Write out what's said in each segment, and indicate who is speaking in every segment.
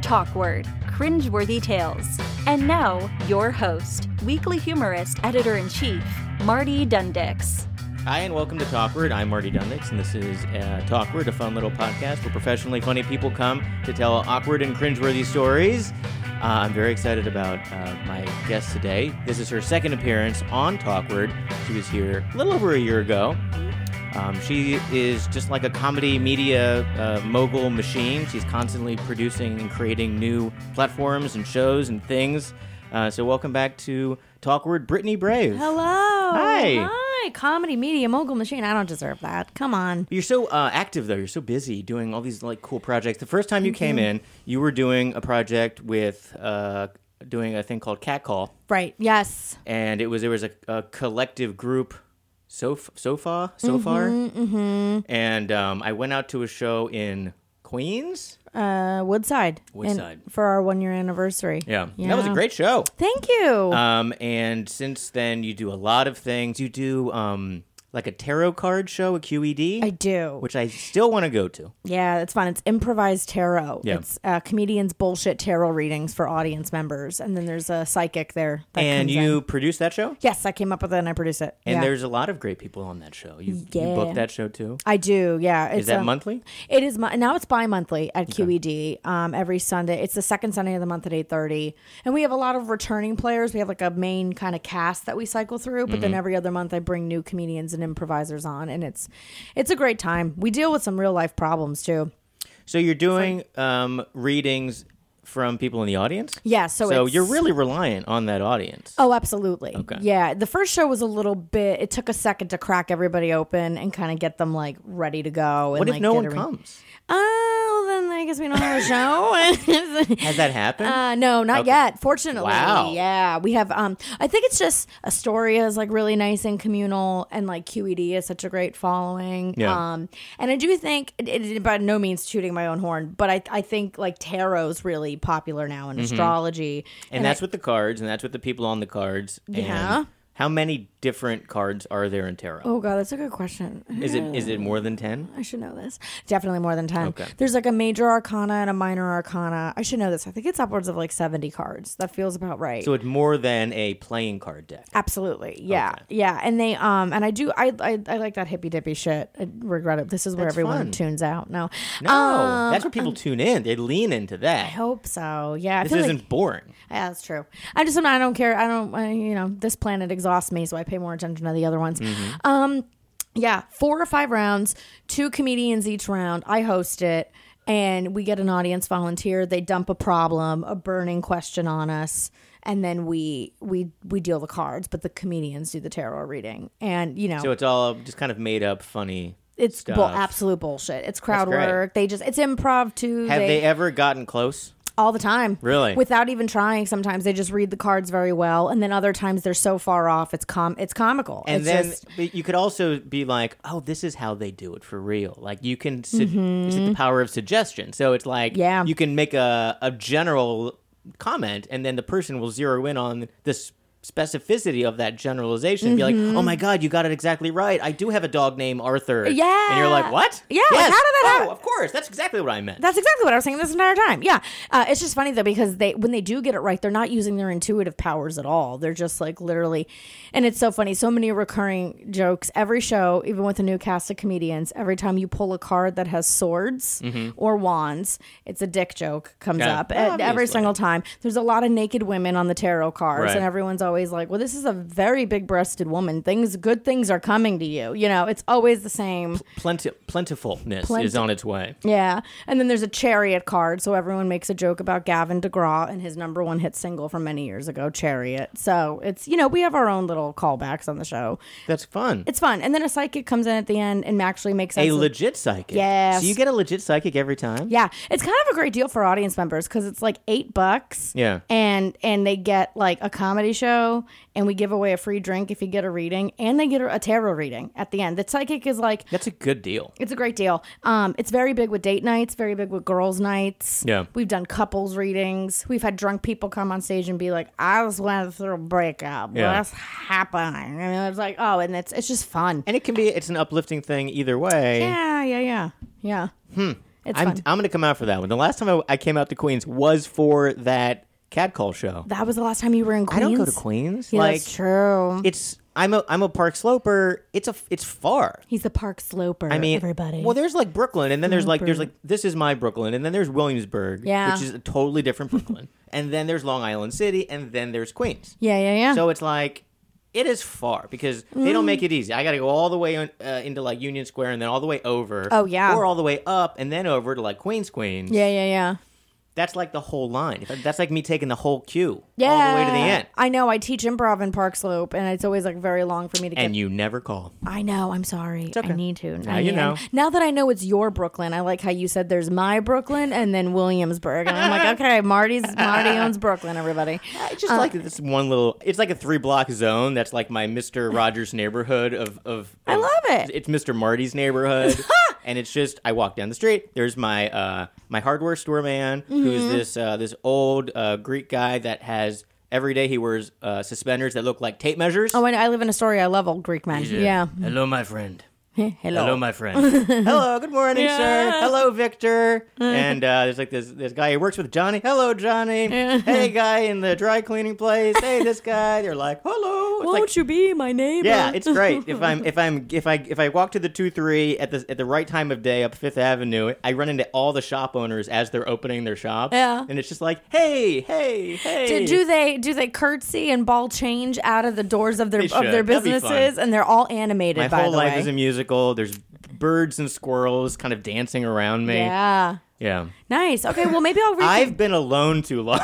Speaker 1: talk word, cringeworthy tales. And now, your host, weekly humorist, editor in chief, Marty Dundix.
Speaker 2: Hi, and welcome to Talkword. I'm Marty Dundix, and this is uh, Talkword, a fun little podcast where professionally funny people come to tell awkward and cringeworthy stories. Uh, I'm very excited about uh, my guest today. This is her second appearance on Talkword. She was here a little over a year ago. Um, she is just like a comedy media uh, mogul machine. She's constantly producing and creating new platforms and shows and things. Uh, so, welcome back to Talkword, Brittany Brave.
Speaker 3: Hello.
Speaker 2: Hi.
Speaker 3: Hi. Comedy media mogul machine. I don't deserve that. Come on.
Speaker 2: You're so uh, active though. You're so busy doing all these like cool projects. The first time you came in, you were doing a project with uh, doing a thing called Cat Call,
Speaker 3: Right. Yes.
Speaker 2: and it was there was a, a collective group, Sof- Sofa, Sofar, mm-hmm, and um, I went out to a show in Queens.
Speaker 3: Uh, Woodside. And
Speaker 2: Woodside.
Speaker 3: for our one year anniversary.
Speaker 2: Yeah, that was a
Speaker 3: Yeah.
Speaker 2: great show.
Speaker 3: Thank you.
Speaker 2: Um, and since then, you do a lot of things. You do um, like a tarot card show, a QED,
Speaker 3: I do.
Speaker 2: which I still want to go to.
Speaker 3: yeah, it's fun. It's improvised tarot.
Speaker 2: Yeah.
Speaker 3: It's uh, comedians bullshit tarot readings for audience members, and then there's a psychic there. That
Speaker 2: and
Speaker 3: comes
Speaker 2: you
Speaker 3: in.
Speaker 2: produce that show.
Speaker 3: Yes, I came up with it and I produced it.
Speaker 2: And
Speaker 3: yeah.
Speaker 2: there's a lot of great people on that show. You, you
Speaker 3: Yeah.
Speaker 2: booked that show too.
Speaker 3: I do, yeah. It's
Speaker 2: Is that
Speaker 3: um,
Speaker 2: monthly?
Speaker 3: It is mon- now it's bi-monthly at QED. Um, every Sunday, it's the second Sunday of the month at eight thirty, and we have a lot of returning players. We have like a main kind of cast that we cycle through, but
Speaker 2: Mm-hmm.
Speaker 3: then every other month I bring new comedians and improvisers on, and it's it's a great time. We deal with some real life problems too.
Speaker 2: So you're doing um, readings from people in the audience.
Speaker 3: Yeah, so
Speaker 2: so
Speaker 3: it's-
Speaker 2: you're really reliant on that audience.
Speaker 3: Oh, absolutely. Yeah, the first show was a little bit. It took a second to crack everybody open and kind of get them like ready to go. And,
Speaker 2: what if
Speaker 3: like,
Speaker 2: no
Speaker 3: get
Speaker 2: one
Speaker 3: every-
Speaker 2: comes?
Speaker 3: Oh, then I guess we don't have a show.
Speaker 2: Has that happened?
Speaker 3: Uh, no, not yet. Fortunately,
Speaker 2: Wow.
Speaker 3: yeah, we have. Um, I think it's just Astoria is like really nice and communal, and like QED is such a great following.
Speaker 2: Yeah.
Speaker 3: Um, and I do think, it, it, by no means tooting my own horn, but I, I think like tarot's really popular now in astrology.
Speaker 2: Mm-hmm. and, that's with the cards, and that's with the people on the cards. and
Speaker 3: Yeah.
Speaker 2: how many different cards are there in tarot?
Speaker 3: Oh god, that's a good question.
Speaker 2: Is it is it more than ten?
Speaker 3: I should know this. Definitely more than 10.
Speaker 2: Okay.
Speaker 3: There's like a major arcana and a minor arcana. I should know this. I think it's upwards of like 70 cards. That feels about right.
Speaker 2: So it's more than a playing card deck.
Speaker 3: Absolutely. Yeah. Yeah. And they um and I do I I, I like that hippy dippy shit. I regret it. This is where
Speaker 2: That's
Speaker 3: everyone
Speaker 2: fun.
Speaker 3: tunes out. No.
Speaker 2: No, that's where people tune in. They lean into
Speaker 3: Um, I
Speaker 2: that.
Speaker 3: hope so. Yeah. I
Speaker 2: This
Speaker 3: feel
Speaker 2: isn't
Speaker 3: like
Speaker 2: boring.
Speaker 3: yeah, that's true. I just I don't care. I don't I, you know, this planet exhausts me, so I pay more attention to the other ones.
Speaker 2: Mm-hmm.
Speaker 3: Um yeah, four or five rounds, two comedians each round. I host it and we get an audience volunteer. They dump a problem, a burning question on us. And then we we we deal the cards, but the comedians do the tarot reading, and you know
Speaker 2: So it's all just kind of made up, funny.
Speaker 3: Oh. It's
Speaker 2: stuff.
Speaker 3: bull, absolute bullshit. It's crowd
Speaker 2: great.
Speaker 3: work. They just it's improv too.
Speaker 2: Have
Speaker 3: they,
Speaker 2: they ever gotten close?
Speaker 3: all the time.
Speaker 2: Really?
Speaker 3: Without even trying sometimes. They just read the cards very well and then other times they're so far off it's com it's comical.
Speaker 2: and
Speaker 3: it's
Speaker 2: then
Speaker 3: just,
Speaker 2: but you could also be like, "Oh, this is how they do it for real." Like you can, su- it's like the power of suggestion. So it's like,
Speaker 3: Mm-hmm. Yeah.
Speaker 2: you can make a a general comment, and then the person will zero in on this specificity of that generalization and be like,
Speaker 3: Mm-hmm.
Speaker 2: "Oh my god, you got it exactly right. I do have a dog named Arthur." and you're like,
Speaker 3: Yeah.
Speaker 2: "What?
Speaker 3: Yeah, like, how did that
Speaker 2: oh,
Speaker 3: happen?"
Speaker 2: of course, that's exactly what I meant."
Speaker 3: That's exactly what I was saying this entire time. Yeah, uh, it's just funny though because they when they do get it right, they're not using their intuitive powers at all. They're just like literally, and it's so funny. So many recurring jokes every show, even with a new cast of comedians. Every time you pull a card that has swords or wands, it's a dick joke comes
Speaker 2: Mm-hmm. Yeah,
Speaker 3: up at- every
Speaker 2: obviously.
Speaker 3: single time. There's a lot of naked women on the tarot cards,
Speaker 2: Right.
Speaker 3: and everyone's always like, "Well, this is a very big-breasted woman. Things, good things are coming to you." You know, it's always the same.
Speaker 2: Plenti- plentifulness is
Speaker 3: Plenti-
Speaker 2: on its way.
Speaker 3: Yeah. And then there's a chariot card. So everyone makes a joke about Gavin DeGraw and his number one hit single from many years ago, Chariot. So it's, you know, we have our own little callbacks on the show.
Speaker 2: That's fun.
Speaker 3: It's fun. And then a psychic comes in at the end and actually makes sense.
Speaker 2: a
Speaker 3: of-
Speaker 2: legit psychic.
Speaker 3: Yes.
Speaker 2: So you get a legit psychic every time.
Speaker 3: yeah. It's kind of a great deal for audience members because it's like eight bucks.
Speaker 2: Yeah.
Speaker 3: And and they get like a comedy show and we give away a free drink if you get a reading and they get a tarot reading at the end. The psychic is like
Speaker 2: That's a good deal.
Speaker 3: It's a great deal. Um, it's very big with date nights, very big with girls' nights.
Speaker 2: Yeah.
Speaker 3: We've done couples readings. We've had drunk people come on stage and be like, I was went through a breakup.
Speaker 2: Yeah.
Speaker 3: What's happening? And it's like, oh, and it's it's just fun.
Speaker 2: And it can be it's an uplifting thing either way.
Speaker 3: yeah, yeah, yeah. Yeah. It's
Speaker 2: Hmm. I'm,
Speaker 3: fun.
Speaker 2: I'm going to come out for that one. The last time I, I came out to Queens was for that catcall show.
Speaker 3: that was the last time you were in Queens.
Speaker 2: I don't go to Queens.
Speaker 3: Yeah,
Speaker 2: like
Speaker 3: that's true.
Speaker 2: it's I'm a I'm a Park Sloper. It's a it's far.
Speaker 3: He's the park sloper.
Speaker 2: I mean,
Speaker 3: everybody.
Speaker 2: Well, there's like Brooklyn, and then there's like there's like
Speaker 3: Brooklyn.
Speaker 2: this is my Brooklyn, and then there's Williamsburg,
Speaker 3: Yeah.
Speaker 2: which is a totally different Brooklyn, and then there's Long Island City, and then there's Queens.
Speaker 3: yeah, yeah, yeah.
Speaker 2: So it's like it is far because they don't make it easy. I got to go all the way on, uh, into like Union Square, and then all the way over.
Speaker 3: Oh, yeah.
Speaker 2: or all the way up, and then over to like Queens, Queens.
Speaker 3: yeah, yeah, yeah.
Speaker 2: that's like the whole line. That's like me taking the whole queue
Speaker 3: Yeah.
Speaker 2: all the way to the end,
Speaker 3: I know. I teach improv in Park Slope, and it's always like very long for me to get.
Speaker 2: and you never call.
Speaker 3: I know. I'm sorry. I
Speaker 2: okay.
Speaker 3: need to.
Speaker 2: Now
Speaker 3: I
Speaker 2: you
Speaker 3: am.
Speaker 2: know.
Speaker 3: Now that I know it's your Brooklyn, I like how you said there's my Brooklyn and then Williamsburg, and I'm like, okay, Marty's Marty owns Brooklyn. Everybody.
Speaker 2: I
Speaker 3: Uh,
Speaker 2: just like this one little. It's like a three block zone. That's like my Mister Rogers neighborhood of of. I
Speaker 3: love it.
Speaker 2: It's Mister Marty's neighborhood, and it's just I walk down the street. There's my uh my hardware store man, who's
Speaker 3: Mm-hmm.
Speaker 2: this uh, this old uh, Greek guy that has every day he wears uh, suspenders that look like tape measures.
Speaker 3: Oh, and I live in a story. I love old Greek men. Yeah.
Speaker 2: Hello, my friend.
Speaker 3: Hello.
Speaker 2: Hello, my friend. Hello, good morning, sir. Hello, Victor. and uh, there's like this this guy who works with Johnny. Hello, Johnny. hey, guy in the dry cleaning place. Hey, this guy. They're like, hello. It's like,
Speaker 3: you be my neighbor?
Speaker 2: yeah, it's great. If I'm if I'm if I if I walk to the two three at the at the right time of day up Fifth Avenue, I run into all the shop owners as they're opening their shops.
Speaker 3: Yeah.
Speaker 2: and it's just like, hey, hey, hey.
Speaker 3: Do, do they do they curtsy and ball change out of the doors of their
Speaker 2: They
Speaker 3: of
Speaker 2: should.
Speaker 3: their
Speaker 2: That'd be fun.
Speaker 3: businesses, and they're all animated.
Speaker 2: My
Speaker 3: by
Speaker 2: whole
Speaker 3: the
Speaker 2: life
Speaker 3: way.
Speaker 2: is a musical. There's birds and squirrels kind of dancing around me.
Speaker 3: yeah.
Speaker 2: yeah.
Speaker 3: Nice. Okay. Well, maybe I'll read.
Speaker 2: I've been alone too long.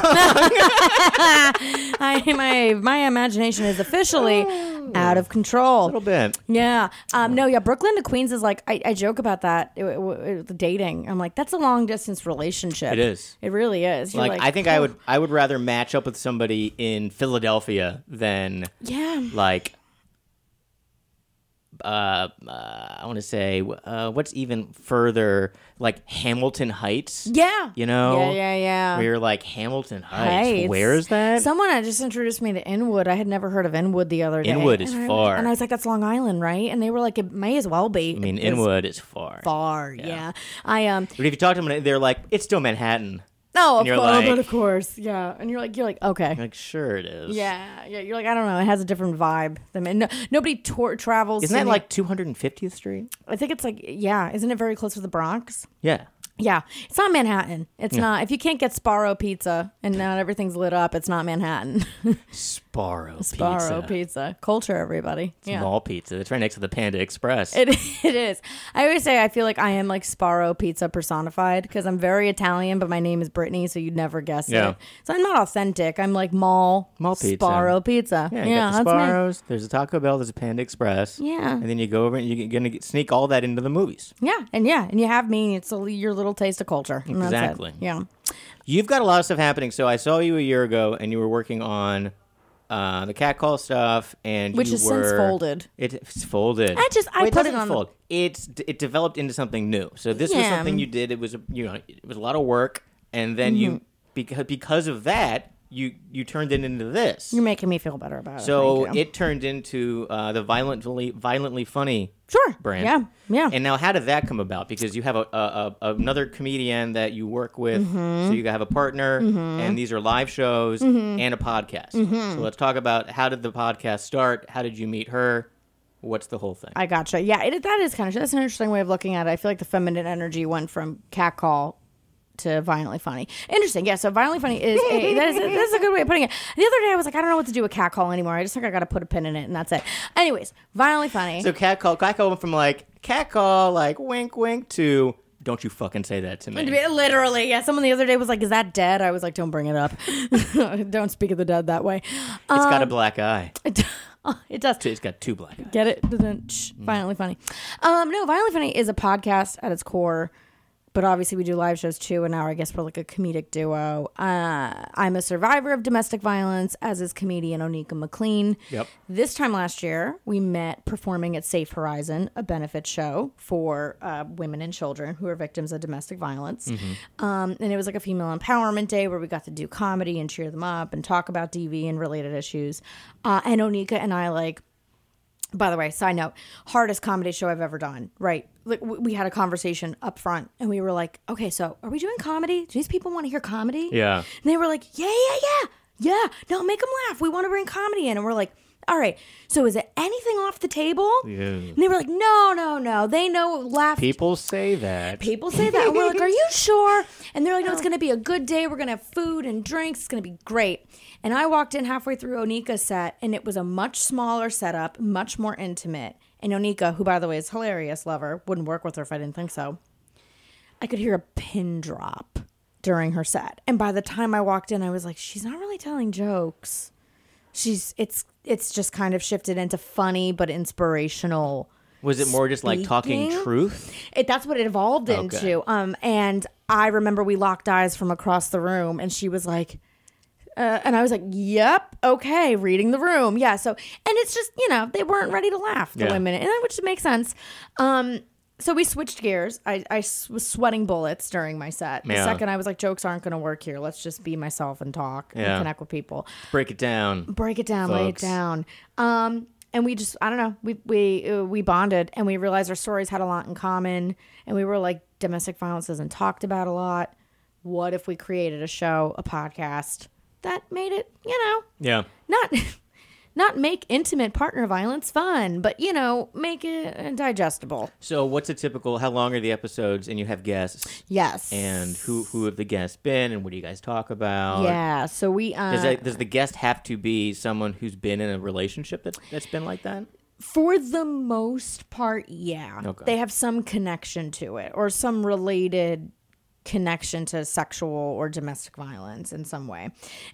Speaker 3: I, my my imagination is officially out of control.
Speaker 2: little bit.
Speaker 3: Yeah. Um, no, yeah. Brooklyn to Queens is like, I, I joke about that. It, it, it- the dating. I'm like, that's a long distance relationship.
Speaker 2: It is.
Speaker 3: It really is. You're
Speaker 2: Like, I think I would I would rather match up with somebody in Philadelphia than
Speaker 3: Yeah.
Speaker 2: like uh, uh I want to say uh what's even further like Hamilton Heights.
Speaker 3: Yeah.
Speaker 2: You know.
Speaker 3: Yeah, yeah, yeah.
Speaker 2: We We're like Hamilton Heights.
Speaker 3: Heights.
Speaker 2: Where is that?
Speaker 3: Someone had just introduced me to Inwood. I had never heard of Inwood the other day.
Speaker 2: Inwood is
Speaker 3: And I-
Speaker 2: far.
Speaker 3: And I was like, that's Long Island, right? And they were like, it may as well be.
Speaker 2: I mean,
Speaker 3: It's
Speaker 2: Inwood is far.
Speaker 3: Far, yeah. I um.
Speaker 2: But if you talk to them, they're like, "It's still Manhattan."
Speaker 3: No, of
Speaker 2: you're
Speaker 3: course, but
Speaker 2: like-
Speaker 3: of course, yeah. And you're like, you're like, okay,
Speaker 2: Like, sure it is.
Speaker 3: yeah, yeah. You're like, I don't know. It has a different vibe than no, nobody tor- travels.
Speaker 2: Isn't
Speaker 3: to
Speaker 2: that
Speaker 3: New-
Speaker 2: like 250th Street?
Speaker 3: I think it's like, yeah, isn't it very close to the Bronx?
Speaker 2: Yeah.
Speaker 3: Yeah, it's not Manhattan. It's not. If you can't get Sparrow pizza and not everything's lit up, it's not Manhattan.
Speaker 2: Sparrow,
Speaker 3: Sparrow
Speaker 2: Pizza.
Speaker 3: pizza culture, everybody. yeah,
Speaker 2: Mall pizza. It's right next to the Panda Express.
Speaker 3: it it is. I always say I feel like I am like Sparrow pizza personified because I'm very Italian, but my name is Brittany, so you'd never guess
Speaker 2: Yeah.
Speaker 3: it. So I'm not authentic. I'm like mall
Speaker 2: Mall pizza.
Speaker 3: Sparrow pizza.
Speaker 2: yeah, you got the
Speaker 3: that's me.
Speaker 2: Sparrows. There's a Taco Bell. There's a Panda Express.
Speaker 3: Yeah.
Speaker 2: and then you go over and you're gonna get, sneak all that into the movies.
Speaker 3: Yeah, and yeah, and you have me. It's a, your little taste of culture. and that's it.
Speaker 2: Exactly.
Speaker 3: Yeah.
Speaker 2: You've got a lot of stuff happening. So I saw you a year ago, and you were working on uh, the catcall stuff, and
Speaker 3: Which
Speaker 2: you
Speaker 3: is since
Speaker 2: were-
Speaker 3: folded.
Speaker 2: It- It's folded.
Speaker 3: I just- I
Speaker 2: Wait,
Speaker 3: put it
Speaker 2: doesn't
Speaker 3: on the-
Speaker 2: fold. It's it developed into something new. So this was
Speaker 3: Yeah.
Speaker 2: something you did. It was a- you know it was a lot of work, and then you
Speaker 3: Mm-hmm.
Speaker 2: because because of that you you turned it into this.
Speaker 3: You're making me feel better about it.
Speaker 2: So
Speaker 3: Thank you.
Speaker 2: it turned into uh, the violently violently funny
Speaker 3: Sure.
Speaker 2: brand.
Speaker 3: Yeah. Yeah.
Speaker 2: And now, how did that come about? Because you have a, a, a another comedian that you work with,
Speaker 3: Mm-hmm.
Speaker 2: so you have a partner, and these are live shows and a podcast.
Speaker 3: Mm-hmm.
Speaker 2: So let's talk about how did the podcast start? How did you meet her? What's the whole thing?
Speaker 3: I gotcha. Yeah, it, that is kind of that's an interesting way of looking at it. I feel like the feminine energy went from catcall to violently funny. Interesting. Yeah. So violently funny is a, that is that's a good way of putting it. The other day I was like, I don't know what to do with catcall anymore. I just think I got to put a pin in it, and that's it. Anyways, violently funny.
Speaker 2: so cat call, cat call went from like cat call, like wink wink to don't you fucking say that to me.
Speaker 3: Literally, yeah. Someone the other day was like, "Is that dead?" I was like, "Don't bring it up. don't speak of the dead that way."
Speaker 2: It's got a black eye.
Speaker 3: It, it does.
Speaker 2: It's got two black eyes.
Speaker 3: Get it? Didn't shh, violently funny. Um, no, violently funny is a podcast at its core, but obviously we do live shows too. And now I guess we're like a comedic duo. Uh, I'm a survivor of domestic violence, as is comedian Onika McLean.
Speaker 2: Yep.
Speaker 3: This time last year, we met performing at Safe Horizon, a benefit show for uh, women and children who are victims of domestic violence. Um, and it was like a female empowerment day where we got to do comedy and cheer them up and talk about DV and related issues. Uh, and Onika and I like By the way, side note, hardest comedy show I've ever done, right? Like w- we had a conversation up front and we were like, okay, so are we doing comedy? Do these people want to hear comedy?
Speaker 2: Yeah.
Speaker 3: And they were like, yeah, yeah, yeah. Yeah. No, make them laugh. We want to bring comedy in. And we're like, all right. So is it anything off the table? Yeah. And they were like, no, no, no. They know laugh
Speaker 2: People say that.
Speaker 3: people say that. And we're like, are you sure? And they're like, no, it's going to be a good day. We're going to have food and drinks. It's going to be great. And I walked in halfway through Onika's set, and it was a much smaller setup, much more intimate. And Onika, who, by the way, is hilarious, lover, wouldn't work with her if I didn't think so. I could hear a pin drop during her set. And by the time I walked in, I was like, she's not really telling jokes. She's it's it's just kind of shifted into funny but inspirational
Speaker 2: Was it more just like talking
Speaker 3: Speaking?
Speaker 2: truth?
Speaker 3: it, that's what it evolved
Speaker 2: Oh,
Speaker 3: into. Um, and I remember we locked eyes from across the room, and she was like, uh, and I was like, "Yep, okay, reading the room, yeah." So, and it's just you know they weren't ready to laugh the
Speaker 2: Yeah.
Speaker 3: women, and that which makes sense. Um, so we switched gears. I, I s- was sweating bullets during my set. The
Speaker 2: Yeah.
Speaker 3: second I was like, "Jokes aren't going to work here. Let's just be myself and talk
Speaker 2: Yeah.
Speaker 3: and connect with people."
Speaker 2: Break it down.
Speaker 3: break it down, lay it
Speaker 2: Folks.
Speaker 3: down. Um, and we just, I don't know, we we uh, we bonded, and we realized our stories had a lot in common, and we were like domestic violence isn't talked about a lot. What if we created a show, a podcast that made it, you know,
Speaker 2: Yeah.
Speaker 3: not not make intimate partner violence fun, but you know, make it uh, digestible.
Speaker 2: So what's a typical? How long are the episodes? And you have guests,
Speaker 3: Yes.
Speaker 2: and who who have the guests been, and what do you guys talk about?
Speaker 3: yeah, so we uh,
Speaker 2: Does, that, does the guest have to be someone who's been in a relationship that, that's been like that?
Speaker 3: For the most part, yeah.
Speaker 2: Okay.
Speaker 3: They have some connection to it or some related connection to sexual or domestic violence in some way.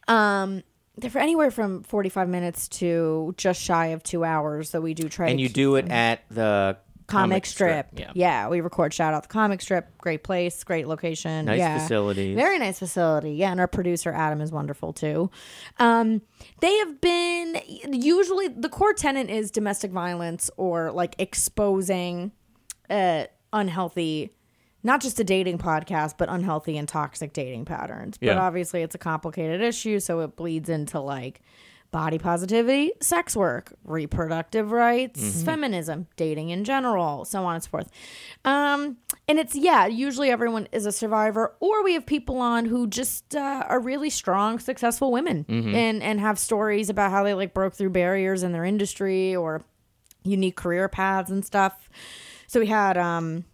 Speaker 3: Um, they're for anywhere from 45 minutes to just shy of two hours that we do try
Speaker 2: And
Speaker 3: to
Speaker 2: you
Speaker 3: keep-
Speaker 2: do it at the
Speaker 3: comic, strip.
Speaker 2: Yeah.
Speaker 3: we record shout out the comic strip. Great place, great location.
Speaker 2: Nice
Speaker 3: yeah.
Speaker 2: facilities.
Speaker 3: Very nice facility. Yeah, and our producer Adam is wonderful too. Um, they have been usually the core tenant is domestic violence or like exposing uh, unhealthy not just a dating podcast but unhealthy and toxic dating patterns but
Speaker 2: Yeah.
Speaker 3: obviously it's a complicated issue so it bleeds into like body positivity sex work reproductive rights feminism dating in general so on and so forth um, and it's yeah usually everyone is a survivor or we have people on who just uh, are really strong successful women and and have stories about how they like broke through barriers in their industry or unique career paths and stuff. So we had um,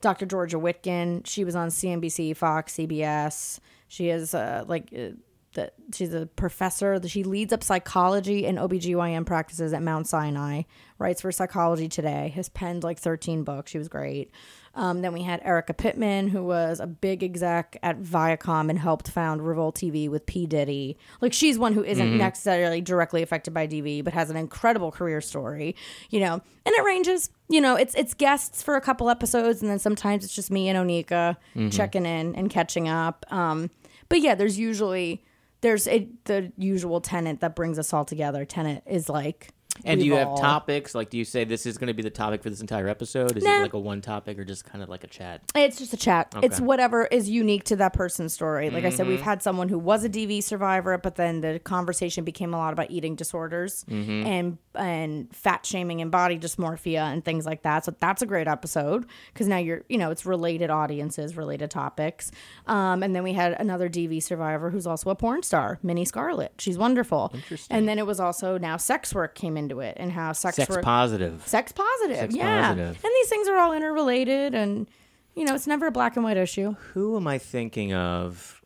Speaker 3: Dr. Georgia Whitkin. She was on CNBC, Fox, CBS. She is uh, like uh, the, she's a professor. She leads up psychology and OBGYN practices at Mount Sinai. Writes for Psychology Today. Has penned like 13 books. She was great. Um, then we had Erica Pittman, who was a big exec at Viacom and helped found Revolt TV with P. Diddy. Like, she's one who isn't necessarily directly affected by DV, but has an incredible career story, you know. And it ranges, you know, it's it's guests for a couple episodes, and then sometimes it's just me and Onika checking in and catching up. Um, but yeah, there's usually there's a, the usual tenant that brings us all together. Tenant is like,
Speaker 2: And do
Speaker 3: we've
Speaker 2: you have
Speaker 3: all-
Speaker 2: topics? Like, do you say this is going to be the topic for this entire episode? Is
Speaker 3: Nah.
Speaker 2: it like a one topic or just kind of like a chat?
Speaker 3: It's just a chat. It's whatever is unique to that person's story. Like I said, we've had someone who was a DV survivor, but then the conversation became a lot about eating disorders and and fat shaming and body dysmorphia and things like that. So that's a great episode because now you're you know it's related audiences, related topics. Um, and then we had another DV survivor who's also a porn star, Minnie Scarlett. She's wonderful. Interesting. And then it was also now sex work came into it and how sex,
Speaker 2: Sex
Speaker 3: work
Speaker 2: positive.
Speaker 3: sex positive.
Speaker 2: Sex
Speaker 3: yeah.
Speaker 2: positive.
Speaker 3: And these things are all interrelated and you know, it's never a black and white issue.
Speaker 2: Who am I thinking of?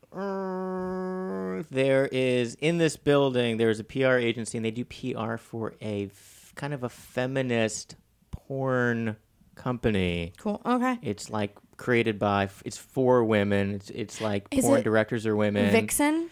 Speaker 2: Uh, there is in this building. There is a PR agency, and they do PR for a f- kind of a feminist porn company.
Speaker 3: Cool. Okay.
Speaker 2: It's like created by. It's for women. It's it's like
Speaker 3: Is
Speaker 2: porn
Speaker 3: it
Speaker 2: directors are women.
Speaker 3: Vixen.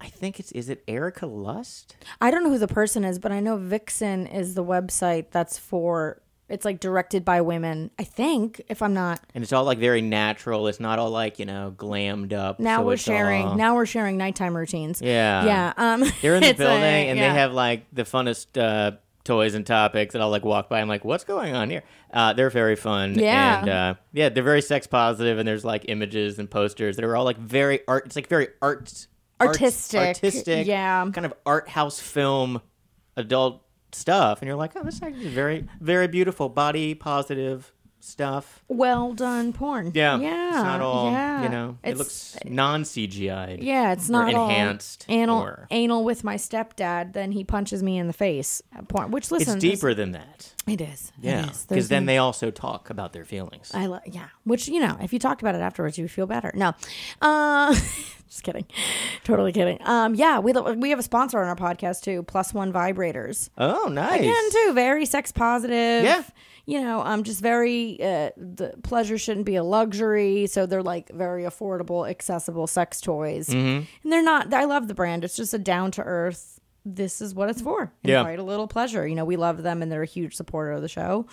Speaker 2: I think it's is it Erica Lust?
Speaker 3: I don't know who the person is, but I know Vixen is the website that's for it's like directed by women, I think, if I'm not.
Speaker 2: And it's all like very natural. It's not all like you know glammed up.
Speaker 3: Now
Speaker 2: so
Speaker 3: we're
Speaker 2: it's
Speaker 3: sharing.
Speaker 2: all-
Speaker 3: Now we're sharing nighttime routines.
Speaker 2: Yeah.
Speaker 3: Yeah. Um
Speaker 2: They're in the
Speaker 3: it's a-
Speaker 2: building and
Speaker 3: yeah.
Speaker 2: they have like the funnest uh, toys and topics that I'll like walk by. I'm like, what's going on here? Uh, they're very fun.
Speaker 3: Yeah.
Speaker 2: And uh, yeah, they're very sex positive and there's like images and posters that are all like very art. It's like very art, arts-
Speaker 3: Artistic.
Speaker 2: artistic.
Speaker 3: Yeah.
Speaker 2: Kind of art house film, adult stuff, and you're like, oh, this is actually very, very beautiful, body positive stuff.
Speaker 3: well done porn.
Speaker 2: Yeah,
Speaker 3: yeah,
Speaker 2: It's not all
Speaker 3: yeah.
Speaker 2: you know. it
Speaker 3: It's-
Speaker 2: looks non CGI.
Speaker 3: Yeah, it's not all
Speaker 2: enhanced
Speaker 3: anal
Speaker 2: or-
Speaker 3: anal with my stepdad. Then he punches me in the face. at Porn, which
Speaker 2: it's
Speaker 3: listen, this-
Speaker 2: deeper than that.
Speaker 3: It is. It
Speaker 2: Yeah,
Speaker 3: is. There's
Speaker 2: because then
Speaker 3: no-
Speaker 2: they also talk about their feelings.
Speaker 3: I lo- yeah, which you know, if you talked about it afterwards, you would feel better. No, uh, just kidding, totally kidding. Um, yeah, we lo- we have a sponsor on our podcast too, Plus One Vibrators.
Speaker 2: oh, nice.
Speaker 3: Again, too very sex positive.
Speaker 2: Yeah.
Speaker 3: you know, um, just very uh, the pleasure shouldn't be a luxury, so they're like very affordable, accessible sex toys,
Speaker 2: Mm-hmm.
Speaker 3: and they're not. I love the brand. It's just a down to earth. This is what it's for.
Speaker 2: Yeah.
Speaker 3: Invite a little pleasure. You know, we love them, and they're a huge supporter of the show.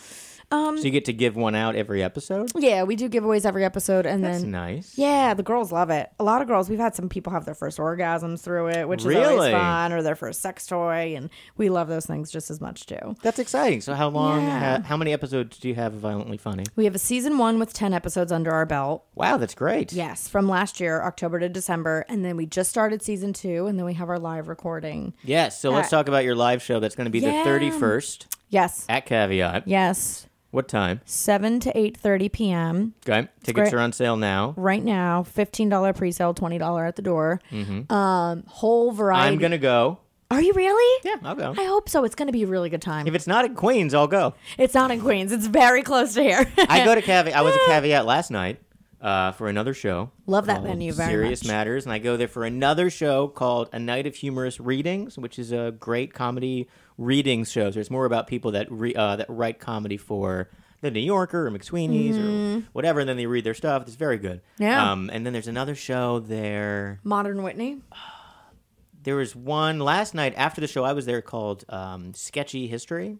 Speaker 2: So you get to give one out every episode.
Speaker 3: Yeah, we do giveaways every episode, and
Speaker 2: That's
Speaker 3: then
Speaker 2: nice.
Speaker 3: yeah, the girls love it. A lot of girls, we've had some people have their first orgasms through it, which is
Speaker 2: Really?
Speaker 3: always fun, or their first sex toy, and we love those things just as much too.
Speaker 2: That's exciting. So how long?
Speaker 3: Yeah.
Speaker 2: ha- how many episodes do you have of Violently Funny?
Speaker 3: We have a season one with ten episodes under our belt.
Speaker 2: Wow, that's great.
Speaker 3: Yes, from last year, October to December, and then we just started season two, and then we have our live recording.
Speaker 2: Yes. So let's
Speaker 3: Uh,
Speaker 2: talk about your live show. That's going to be
Speaker 3: yeah.
Speaker 2: the 31st
Speaker 3: Yes,
Speaker 2: at Caveat.
Speaker 3: yes,
Speaker 2: What time?
Speaker 3: seven to eight thirty p.m.
Speaker 2: Okay. Tickets
Speaker 3: great.
Speaker 2: are on sale now.
Speaker 3: right now. Fifteen dollar pre-sale, twenty dollar at the door. Um, whole variety.
Speaker 2: Mm-hmm. I'm going to go.
Speaker 3: Are you really?
Speaker 2: Yeah, I'll go.
Speaker 3: I hope so. It's going to be a really good time.
Speaker 2: If it's not at Queens, I'll go.
Speaker 3: It's not in Queens. It's very close to here.
Speaker 2: I go to Caveat. I was at Caveat last night uh, for another show.
Speaker 3: Love that
Speaker 2: called
Speaker 3: venue very
Speaker 2: Oh, Serious
Speaker 3: much.
Speaker 2: Matters, and I go there for another show called A Night of Humorous Readings, which is a great comedy reading show. So it's more about people that re- uh, that write comedy for the New Yorker or McSweeney's or whatever, and then they read their stuff. It's very good.
Speaker 3: Mm-hmm. Yeah.
Speaker 2: Um, and then there's another show there.
Speaker 3: Modern Whitney.
Speaker 2: There was one last night after the show I was there called um, Sketchy History.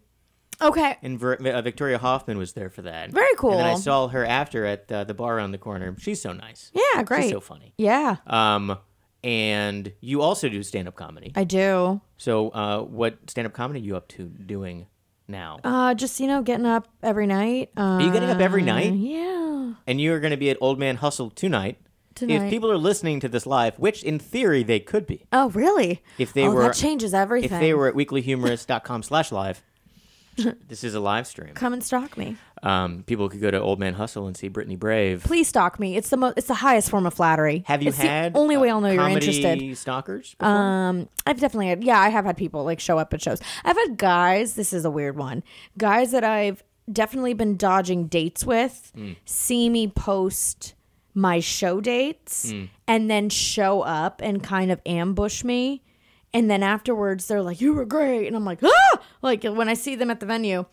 Speaker 3: Okay.
Speaker 2: And Ver- uh, Victoria Hoffman was there for that.
Speaker 3: Very
Speaker 2: And then I
Speaker 3: cool.
Speaker 2: saw her after at uh, the bar around the corner. She's so nice.
Speaker 3: Yeah, great.
Speaker 2: She's so funny.
Speaker 3: Yeah,
Speaker 2: Um, and you also do stand up comedy.
Speaker 3: I do.
Speaker 2: So, uh, what stand up comedy are you up to doing now?
Speaker 3: Uh, just you know, getting up every night. Uh, Are
Speaker 2: you getting up every night?
Speaker 3: Yeah.
Speaker 2: and you are going to be at Old Man Hustle tonight. If
Speaker 3: Tonight.
Speaker 2: people are listening to this live, which in theory they could be,
Speaker 3: Oh, really?
Speaker 2: If they
Speaker 3: oh,
Speaker 2: were-
Speaker 3: that changes everything.
Speaker 2: if they were at weeklyhumorist.com slash live, this is a live stream.
Speaker 3: come and stalk me,
Speaker 2: Um, people could go to Old Man Hustle and see Brittany Brave.
Speaker 3: please stalk me. It's the most. It's the highest form of flattery.
Speaker 2: Have you
Speaker 3: It's the
Speaker 2: had
Speaker 3: only
Speaker 2: uh,
Speaker 3: way I'll know you're
Speaker 2: comedy
Speaker 3: interested.
Speaker 2: Stalkers. before?
Speaker 3: Um, I've definitely had, yeah, I have had people like show up at shows. I've had guys, this is a weird one, guys that I've definitely been dodging dates with
Speaker 2: Mm.
Speaker 3: see me post my show dates
Speaker 2: Mm.
Speaker 3: and then show up and kind of ambush me. And then afterwards, they're like, you were great. And I'm like, ah! Like when I see them at the venue,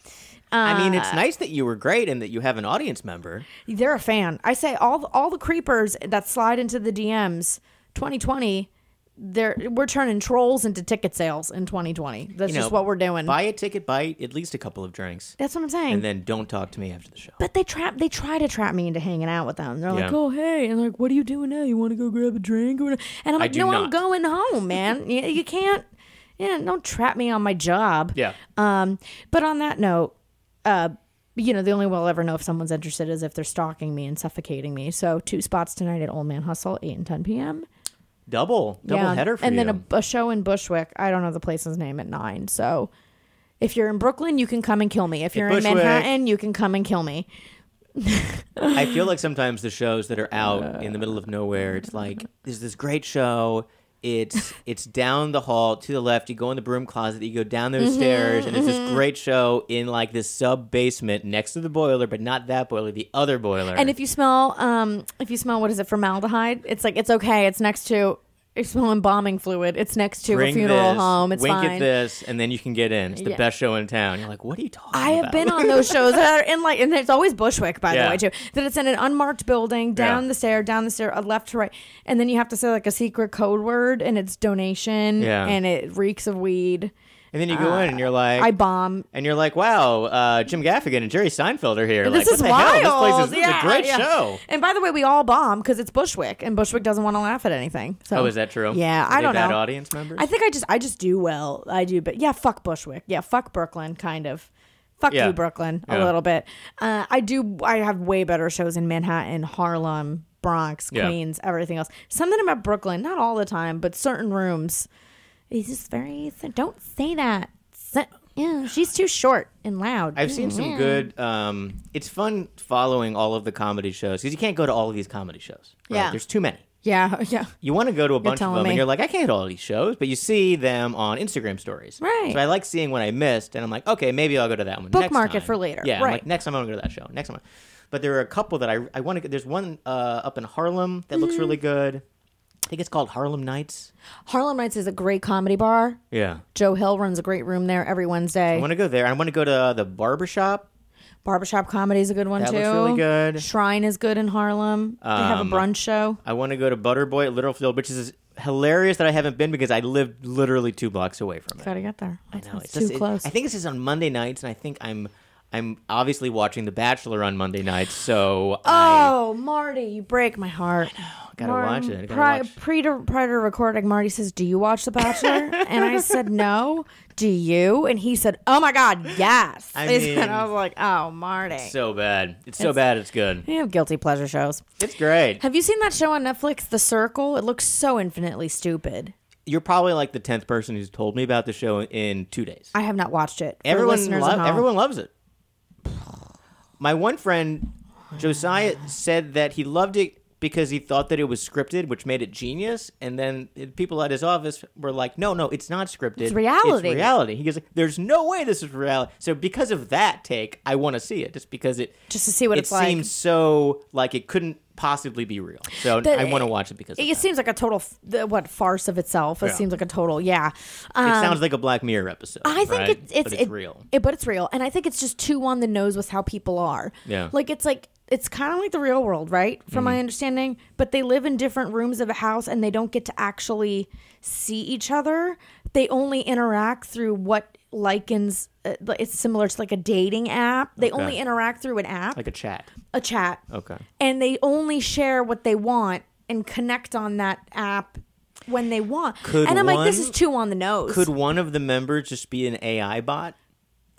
Speaker 2: I mean,
Speaker 3: Uh,
Speaker 2: it's nice that you were great and that you have an audience member.
Speaker 3: they're a fan. I say all the, all the creepers that slide into the DMs 2020 they're we're turning trolls into ticket sales in 2020. That's
Speaker 2: You know,
Speaker 3: just what we're doing.
Speaker 2: Buy a ticket, buy at least a couple of drinks,
Speaker 3: That's what I'm saying.
Speaker 2: and then don't talk to me after the show.
Speaker 3: but they trap they try to trap me into hanging out with them. They're like,
Speaker 2: Yeah.
Speaker 3: "Oh, hey." And like, "What are you doing now? You want to go grab a drink?" Or whatever?" And I'm
Speaker 2: I
Speaker 3: like,
Speaker 2: do
Speaker 3: "No,
Speaker 2: not."
Speaker 3: I'm going home, man. you, you can't yeah, don't trap me on my job."
Speaker 2: Yeah.
Speaker 3: Um, but on that note, uh, you know, the only way I'll ever know if someone's interested is if they're stalking me and suffocating me. So two spots tonight at Old Man Hustle, eight and ten p.m.
Speaker 2: Double, double
Speaker 3: Yeah.
Speaker 2: header for
Speaker 3: and
Speaker 2: you.
Speaker 3: then a, a show in Bushwick. I don't know the place's name at nine. So if you're in Brooklyn, you can come and kill me. If you're in
Speaker 2: Bushwick.
Speaker 3: Manhattan, you can come and kill me.
Speaker 2: I feel like sometimes the shows that are out in the middle of nowhere, it's like there's this great show. It's it's down the hall to the left. You go in the broom closet. You go down
Speaker 3: Mm-hmm,
Speaker 2: those stairs, and there's this great show in like this sub basement next to the boiler, but not that boiler, the other boiler.
Speaker 3: And if you smell, um, if you smell, what is it, formaldehyde? It's like it's okay. It's next to. If you smell embalming fluid, it's next to a
Speaker 2: Bring
Speaker 3: funeral
Speaker 2: this,
Speaker 3: home. It's
Speaker 2: wink
Speaker 3: fine.
Speaker 2: at this, and then you can get in. It's the
Speaker 3: Yeah.
Speaker 2: best show in town. You're like, what are you talking?
Speaker 3: I have
Speaker 2: about?
Speaker 3: been on those shows that are in like, and it's always Bushwick, by
Speaker 2: Yeah.
Speaker 3: the way, too. That it's in an unmarked building, down
Speaker 2: Yeah.
Speaker 3: the stair, down the stair, uh, left to right, and then you have to say like a secret code word, and it's donation,
Speaker 2: Yeah.
Speaker 3: and it reeks of weed.
Speaker 2: And then you go in and you're like,
Speaker 3: I bomb.
Speaker 2: and you're like, wow, uh, Jim Gaffigan and Jerry Seinfeld are here. like,
Speaker 3: this
Speaker 2: what
Speaker 3: is
Speaker 2: the Hell?
Speaker 3: wild.
Speaker 2: This place is, this is
Speaker 3: Yeah,
Speaker 2: a great
Speaker 3: yeah.
Speaker 2: show.
Speaker 3: And by the way, we all bomb because it's Bushwick, and Bushwick doesn't want to laugh at anything. So
Speaker 2: Oh, is that true?
Speaker 3: Yeah,
Speaker 2: Are
Speaker 3: I
Speaker 2: they
Speaker 3: don't
Speaker 2: bad
Speaker 3: know.
Speaker 2: audience members?
Speaker 3: I think I just I just do well. I do, but yeah, fuck Bushwick. Yeah, fuck Brooklyn, kind of. Fuck
Speaker 2: Yeah.
Speaker 3: you, Brooklyn,
Speaker 2: Yeah.
Speaker 3: a little bit. Uh, I do. I have way better shows in Manhattan, Harlem, Bronx,
Speaker 2: Yeah.
Speaker 3: Queens, everything else. Something about Brooklyn, not all the time, but certain rooms. It's just very. Don't say that. Sa- yeah, she's too short and loud.
Speaker 2: I've seen
Speaker 3: Mm-hmm.
Speaker 2: some good. Um, it's fun following all of the comedy shows because you can't go to all of these comedy shows. right?
Speaker 3: Yeah.
Speaker 2: there's too many.
Speaker 3: Yeah, yeah.
Speaker 2: You want to go to a bunch of
Speaker 3: telling
Speaker 2: them,
Speaker 3: me.
Speaker 2: and you're like, I can't hit all these shows, but you see them on Instagram stories.
Speaker 3: Right.
Speaker 2: So I like seeing what I missed, and I'm like, okay, maybe I'll go to that one. next
Speaker 3: Bookmark it
Speaker 2: time.
Speaker 3: for later.
Speaker 2: Yeah. I'm
Speaker 3: Right.
Speaker 2: like, next time I'm gonna go to that show. Next time. But there are a couple that I I want to. There's one uh, up in Harlem that looks really
Speaker 3: Mm-hmm.
Speaker 2: good. I think it's called Harlem Nights.
Speaker 3: Harlem Nights is a great comedy bar.
Speaker 2: Yeah.
Speaker 3: Joe Hill runs a great room there every
Speaker 2: I
Speaker 3: Wednesday.
Speaker 2: want to go there. I want to go to the barbershop.
Speaker 3: Barbershop comedy is a good one
Speaker 2: That
Speaker 3: too.
Speaker 2: looks really good. Um,
Speaker 3: Shrine is good in Harlem. they have a brunch show.
Speaker 2: I want to go to Butterboy at Littlefield, which is hilarious that I haven't been because I live literally two blocks away from it.
Speaker 3: Gotta get there. It's,
Speaker 2: No,
Speaker 3: it's
Speaker 2: just-
Speaker 3: too
Speaker 2: it-
Speaker 3: close.
Speaker 2: I think this is on Monday nights, and I think I'm I'm obviously watching The Bachelor on Monday nights, so uh, I
Speaker 3: Oh, Marty, you break my heart.
Speaker 2: gotta watch it. I gotta
Speaker 3: Prior,
Speaker 2: watch.
Speaker 3: Pre to, prior to recording, Marty says, Do you watch The Bachelor? and I said, No. Do you? And he said, Oh my God, yes.
Speaker 2: I mean-
Speaker 3: and I was like, Oh, Marty.
Speaker 2: So bad. It's so bad. It's good.
Speaker 3: you have guilty pleasure shows.
Speaker 2: It's great.
Speaker 3: Have you seen that show on Netflix, The Circle? It looks so infinitely stupid.
Speaker 2: You're probably like the tenth person who's told me about the show in two days.
Speaker 3: I have not watched it. For
Speaker 2: Everyone,
Speaker 3: listeners
Speaker 2: lo-
Speaker 3: at home,
Speaker 2: everyone loves it. My one friend, Josiah, said that he loved it because he thought that it was scripted, which made it genius. And then it- people at his office were like, "No, no, it's not scripted.
Speaker 3: It's reality."
Speaker 2: It's reality." He goes, like, "There's no way this is reality." So because of that take, I want to see it, just because it
Speaker 3: Just to see what
Speaker 2: it
Speaker 3: it's like.
Speaker 2: seems so like it couldn't possibly be real. So
Speaker 3: The-
Speaker 2: I want to watch it because of
Speaker 3: It
Speaker 2: that.
Speaker 3: seems like a total, f- the- what, farce of itself. It
Speaker 2: Yeah.
Speaker 3: seems like a total, yeah.
Speaker 2: it
Speaker 3: Um,
Speaker 2: sounds like a Black Mirror episode.
Speaker 3: I think
Speaker 2: right?
Speaker 3: it's it's,
Speaker 2: But
Speaker 3: it-
Speaker 2: real.
Speaker 3: it- but it's real, and I think it's just too on the nose with how people are.
Speaker 2: Yeah. Mm-hmm.
Speaker 3: like it's like it's kind of like the real world, right? From my understanding, but they live in different rooms of a house, and they don't get to actually see each other. They only interact through what likens. Uh, it's similar to like a dating app. They only interact through an app,
Speaker 2: Like a chat.
Speaker 3: a chat,
Speaker 2: Okay.
Speaker 3: and they only share what they want and connect on that app when they want.
Speaker 2: Could
Speaker 3: and I'm like, this
Speaker 2: one-
Speaker 3: is too on the nose.
Speaker 2: Could one of the members just be an AI bot,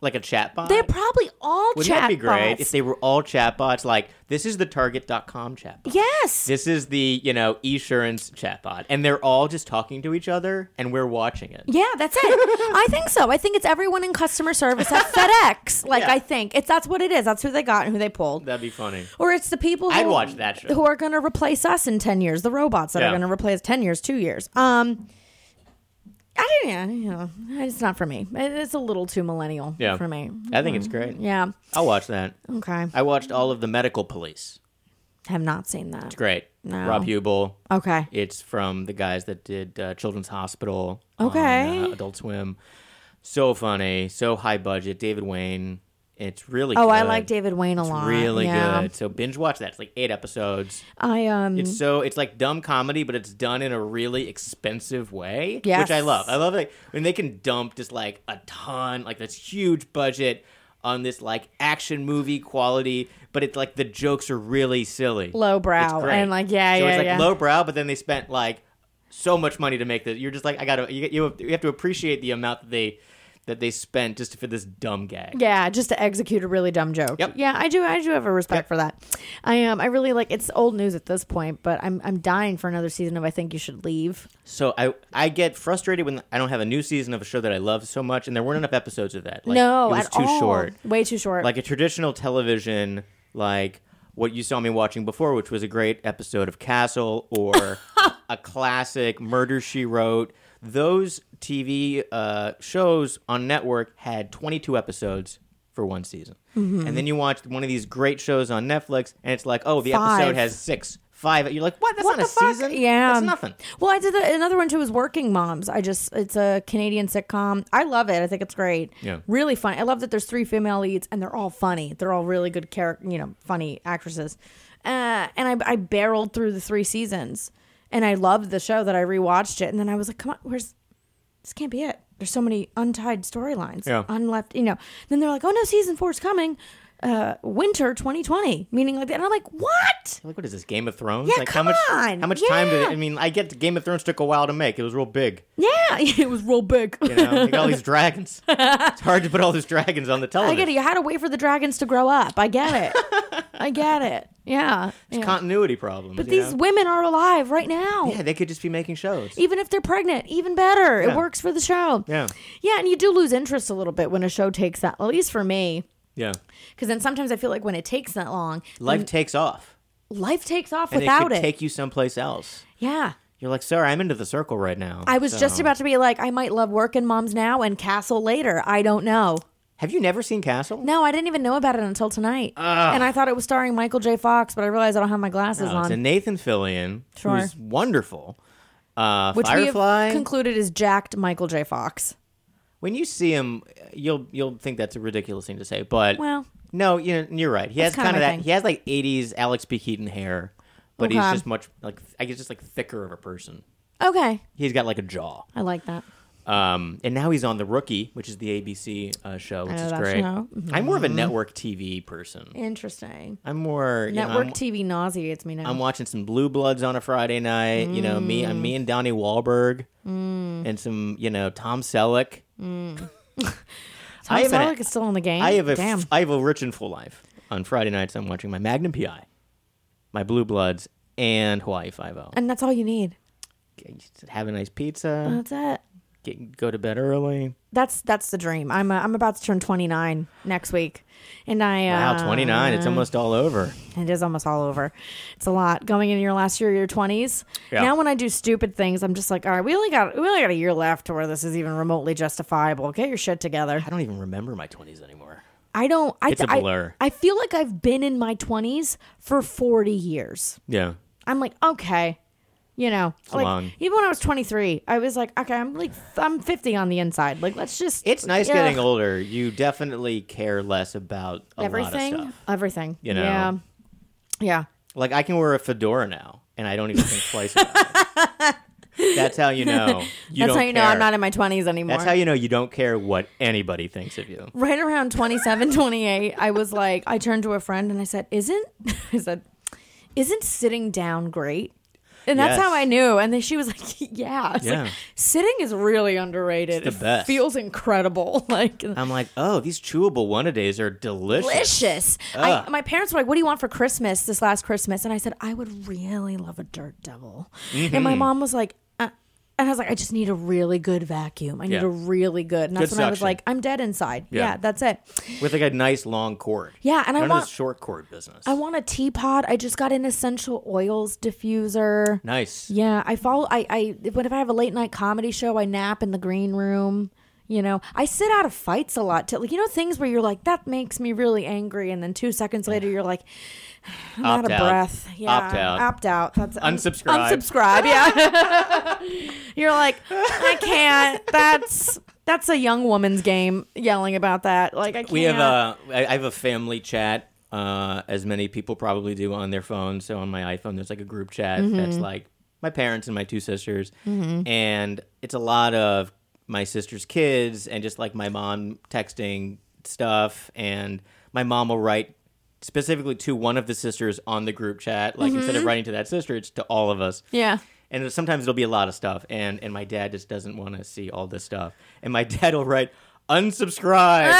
Speaker 2: like a chat bot?
Speaker 3: They're probably all
Speaker 2: Wouldn't
Speaker 3: chat
Speaker 2: that be great
Speaker 3: bots.
Speaker 2: if they were all chat bots? Like this is the Target.com chat bot.
Speaker 3: yes.
Speaker 2: This is the you know insurance chat bot, and they're all just talking to each other, and we're watching it.
Speaker 3: yeah, that's it. I think so. I think it's everyone in customer service at FedEx. Like
Speaker 2: Yeah.
Speaker 3: I think it's that's what it is. That's who they got and who they pulled.
Speaker 2: That'd be funny.
Speaker 3: Or it's the people who,
Speaker 2: I'd watch that show.
Speaker 3: who are going to replace us in ten years. The robots that
Speaker 2: Yeah.
Speaker 3: are going to replace ten years, two years. Um, I don't yeah, you know. It's not for me. It- It's a little too millennial
Speaker 2: Yeah,
Speaker 3: for me.
Speaker 2: I think it's great.
Speaker 3: Yeah.
Speaker 2: I'll watch that.
Speaker 3: Okay.
Speaker 2: I watched all of the Medical Police.
Speaker 3: have not seen that.
Speaker 2: Great.
Speaker 3: No.
Speaker 2: Rob Hubel.
Speaker 3: Okay.
Speaker 2: It's from the guys that did uh, Children's Hospital.
Speaker 3: Okay.
Speaker 2: on, uh, Adult Swim. So funny. So high budget. David Wayne. It's really
Speaker 3: Oh, I
Speaker 2: good.
Speaker 3: like David Wayne a
Speaker 2: It's
Speaker 3: lot.
Speaker 2: really
Speaker 3: yeah.
Speaker 2: good. So binge watch that. It's like eight episodes.
Speaker 3: I um.
Speaker 2: It's so it's like dumb comedy, but it's done in a really expensive way, which I
Speaker 3: Yes.
Speaker 2: love. I love like when they can dump just like a ton, like this huge budget on this like action movie quality, but it's like the jokes are really silly,
Speaker 3: Lowbrow,
Speaker 2: It's great.
Speaker 3: and, like, yeah,
Speaker 2: so
Speaker 3: yeah,
Speaker 2: it's like
Speaker 3: yeah.
Speaker 2: lowbrow, but then they spent like so much money to make this. You're just like, I gotta, you, you, you have to appreciate the amount that they that they spent just for this dumb gag.
Speaker 3: Yeah, just to execute a really dumb joke.
Speaker 2: Yep.
Speaker 3: Yeah, I do. I do have a respect for that. I am. I really like. It's old news at this point, but I'm. I'm dying for another season of. I think you should leave.
Speaker 2: So I I get frustrated when I don't have a new season of a show that I love so much, and there weren't enough episodes of that. Like,
Speaker 3: no,
Speaker 2: it was
Speaker 3: at
Speaker 2: too
Speaker 3: all.
Speaker 2: short.
Speaker 3: Way too short.
Speaker 2: Like a traditional television, like what you saw me watching before, which was a great episode of Castle or a classic Murder She Wrote. Those TV uh, shows on network had 22 episodes for one season,
Speaker 3: Mm-hmm.
Speaker 2: and then you watched one of these great shows on Netflix, and it's like, oh, the episode
Speaker 3: Five.
Speaker 2: has six, five. You're like, what? That's
Speaker 3: what
Speaker 2: not a
Speaker 3: the fuck?
Speaker 2: season.
Speaker 3: Yeah,
Speaker 2: that's nothing.
Speaker 3: Well, I did the, another one too. Was Working Moms. I just. It's a Canadian sitcom. I love it. I think it's great.
Speaker 2: Yeah.
Speaker 3: Really funny. I love that there's three female leads and they're all funny. They're all really good character. You know, funny actresses. Uh, and I, I barreled through the three seasons, and I loved the show that I rewatched it, and then I was like, come on, where's this can't be it. There's so many untied storylines.
Speaker 2: Yeah.
Speaker 3: Unleft, you know. Then they're like, oh no, season four is coming. uh, winter 2020, meaning like that. And I'm like, what?
Speaker 2: Like, what is this, Game of Thrones?
Speaker 3: Yeah,
Speaker 2: like,
Speaker 3: come
Speaker 2: how much,
Speaker 3: on.
Speaker 2: How much time did it?
Speaker 3: Yeah.
Speaker 2: I mean, I get that Game of Thrones took a while to make. It was real big.
Speaker 3: Yeah, it was real big.
Speaker 2: You know, they got all these dragons. It's hard to put all these dragons on the
Speaker 3: I
Speaker 2: television.
Speaker 3: get it. You had to wait for the dragons to grow up. I get it. I get it. Yeah. yeah.
Speaker 2: Continuity problems.
Speaker 3: But
Speaker 2: you
Speaker 3: these
Speaker 2: know?
Speaker 3: women are alive right now.
Speaker 2: yeah, they could just be making shows.
Speaker 3: Even if they're pregnant, even better.
Speaker 2: Yeah.
Speaker 3: It works for the show.
Speaker 2: Yeah.
Speaker 3: Yeah, and you do lose interest a little bit when a show takes that, at least for me.
Speaker 2: Yeah,
Speaker 3: Because then sometimes I feel like when it takes that long,
Speaker 2: life takes off,
Speaker 3: life takes off
Speaker 2: and
Speaker 3: without
Speaker 2: it could
Speaker 3: it.
Speaker 2: take you someplace else.
Speaker 3: yeah.
Speaker 2: You're like, sir, I'm into the circle right now.
Speaker 3: I was just
Speaker 2: so-
Speaker 3: about to be like, I might love working moms now and Castle later. I don't know.
Speaker 2: Have you never seen Castle?
Speaker 3: No, I didn't even know about it until tonight. and I thought it was starring Michael J. Fox, but I realized I don't have my glasses
Speaker 2: Oh,
Speaker 3: on.
Speaker 2: It's a Nathan Fillion,
Speaker 3: Sure.
Speaker 2: who's wonderful. Uh,
Speaker 3: which we
Speaker 2: Firefly.
Speaker 3: have concluded is jacked Michael J. Fox.
Speaker 2: when you see him, you'll you'll think that's a ridiculous thing to say, but
Speaker 3: Well.
Speaker 2: no, you're, you're right. He has
Speaker 3: That's kinda
Speaker 2: kind of
Speaker 3: my
Speaker 2: that.
Speaker 3: thing.
Speaker 2: He has like '80s Alex P. Keaton hair, but he's
Speaker 3: Okay.
Speaker 2: just much like I guess just like thicker of a person.
Speaker 3: Okay,
Speaker 2: He's got like a jaw.
Speaker 3: I like that.
Speaker 2: Um, and now he's on The Rookie, which is the ABC uh, show, which
Speaker 3: know Mm-hmm.
Speaker 2: is
Speaker 3: that
Speaker 2: great.
Speaker 3: show.
Speaker 2: I'm more of a network TV person.
Speaker 3: Interesting.
Speaker 2: I'm more you know,
Speaker 3: Network
Speaker 2: I'm,
Speaker 3: TV nauseates me now.
Speaker 2: I'm watching some Blue Bloods on a Friday night. You know, me, I'm
Speaker 3: Mm.
Speaker 2: me and Donnie Wahlberg, and some you know Tom Selleck.
Speaker 3: Tom
Speaker 2: I have an-
Speaker 3: Selleck is still in the game.
Speaker 2: I have a f-
Speaker 3: damn.
Speaker 2: I have a rich and full life. On Friday nights, I'm watching my Magnum PI, my Blue Bloods, and Hawaii Five O.
Speaker 3: and that's all you need.
Speaker 2: Have a nice pizza.
Speaker 3: That's it.
Speaker 2: Get, go to bed early.
Speaker 3: That's that's the dream. I'm uh, I'm about to turn 29 next week, and I
Speaker 2: Wow,
Speaker 3: uh,
Speaker 2: 29. It's almost all over.
Speaker 3: It is almost all over. It's a lot going into your last year, of your 20s.
Speaker 2: Yeah.
Speaker 3: Now, when I do stupid things, I'm just like, all right, we only got we only got a year left to where this is even remotely justifiable. Get your shit together.
Speaker 2: I don't even remember my 20s anymore.
Speaker 3: I don't. I,
Speaker 2: It's a
Speaker 3: I-
Speaker 2: blur.
Speaker 3: I feel like I've been in my 20s for 40 years.
Speaker 2: Yeah.
Speaker 3: I'm like, okay, you know, like
Speaker 2: long.
Speaker 3: even when I was 23, I was like, okay, I'm like, I'm 50 on the inside. Like, let's just.
Speaker 2: It's nice
Speaker 3: yeah.
Speaker 2: getting older. You definitely care less about a
Speaker 3: Everything,
Speaker 2: lot of stuff.
Speaker 3: everything.
Speaker 2: You know?
Speaker 3: Yeah, yeah.
Speaker 2: Like I can wear a fedora now, and I don't even think twice about it. That's how you know. You
Speaker 3: That's
Speaker 2: don't
Speaker 3: how you know
Speaker 2: care.
Speaker 3: I'm not in my 20s anymore.
Speaker 2: That's how you know you don't care what anybody thinks of you.
Speaker 3: right around 27 28 i was like i turned to a friend and i said isn't i said isn't sitting down great and that's
Speaker 2: Yes.
Speaker 3: how i knew and then she was like yeah I was
Speaker 2: Yeah.
Speaker 3: Like, sitting is really underrated
Speaker 2: It's the
Speaker 3: It
Speaker 2: best.
Speaker 3: feels incredible like
Speaker 2: I'm like, oh, these chewable one a days are delicious.
Speaker 3: delicious I,
Speaker 2: Ugh.
Speaker 3: my parents were like what do you want for christmas this last christmas and i said i would really love a dirt devil and
Speaker 2: Mm-hmm.
Speaker 3: my mom was like uh, and I was like, I just need a really good vacuum. I need
Speaker 2: Yeah.
Speaker 3: a really good. And that's
Speaker 2: Good
Speaker 3: when I was
Speaker 2: suction.
Speaker 3: like, I'm dead inside.
Speaker 2: Yeah.
Speaker 3: yeah that's it.
Speaker 2: With like a nice long cord.
Speaker 3: Yeah, and I
Speaker 2: None
Speaker 3: want-
Speaker 2: of this short cord business.
Speaker 3: I want a teapot. I just got an essential oils diffuser.
Speaker 2: nice.
Speaker 3: Yeah, I follow. I I whenever I have a late night comedy show, I nap in the green room. You know, I sit out of fights a lot. To like, you know, things where you're like, that makes me really angry, and then two seconds later, you're like, I'm out
Speaker 2: Opt
Speaker 3: of
Speaker 2: out.
Speaker 3: breath. Yeah,
Speaker 2: Opt out.
Speaker 3: Opt out. That's
Speaker 2: Unsubscribe.
Speaker 3: Unsubscribe. Yeah. you're like, I can't. That's that's a young woman's game. Yelling about that, like I can't.
Speaker 2: We have uh, a. I I have a family chat. Uh, as many people probably do on their phone. So on my iPhone, there's like a group chat
Speaker 3: Mm-hmm.
Speaker 2: that's like my parents and my two sisters, and it's a lot of my sister's kids and just like my mom texting stuff, and my mom will write specifically to one of the sisters on the group chat. Like instead
Speaker 3: Mm-hmm.
Speaker 2: of writing to that sister, it's to all of us.
Speaker 3: yeah.
Speaker 2: And sometimes it'll be a lot of stuff, and and my dad just doesn't want to see all this stuff. And my dad will write unsubscribe,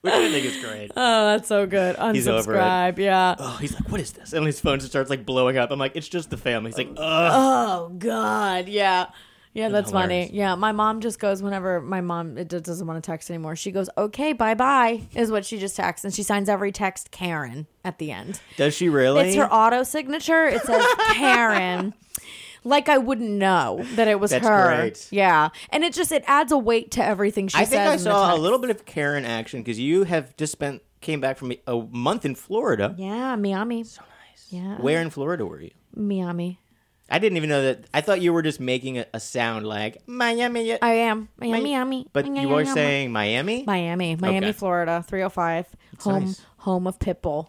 Speaker 2: which I think is great.
Speaker 3: Oh, that's so good.
Speaker 2: He's over it.
Speaker 3: Unsubscribe. Yeah.
Speaker 2: Oh, he's like, what is this? And his phone just starts like blowing up. I'm like, it's just the family. He's like, ugh.
Speaker 3: Oh God, yeah. Yeah, that's
Speaker 2: hilarious.
Speaker 3: funny. Yeah, my mom just goes whenever my mom it d- doesn't want to text anymore. She goes, "Okay, bye bye," is what she just texts, and she signs every text Karen at the end.
Speaker 2: Does she really?
Speaker 3: It's her auto signature. It says Karen. Like I wouldn't know that it was
Speaker 2: That's
Speaker 3: her.
Speaker 2: great.
Speaker 3: Yeah, and it just it adds a weight to everything she
Speaker 2: I
Speaker 3: says.
Speaker 2: think I
Speaker 3: in the
Speaker 2: saw a
Speaker 3: text.
Speaker 2: little bit of Karen action because you have just spent came back from a month in Florida.
Speaker 3: Yeah, Miami. So nice. Yeah,
Speaker 2: Where in Florida were you?
Speaker 3: Miami.
Speaker 2: I didn't even know that. I thought you were just making a, a sound like Miami.
Speaker 3: I am Miami. Miami.
Speaker 2: But you were saying Miami?
Speaker 3: Miami, Miami,
Speaker 2: Okay.
Speaker 3: Florida, 305, home
Speaker 2: nice.
Speaker 3: home of Pitbull,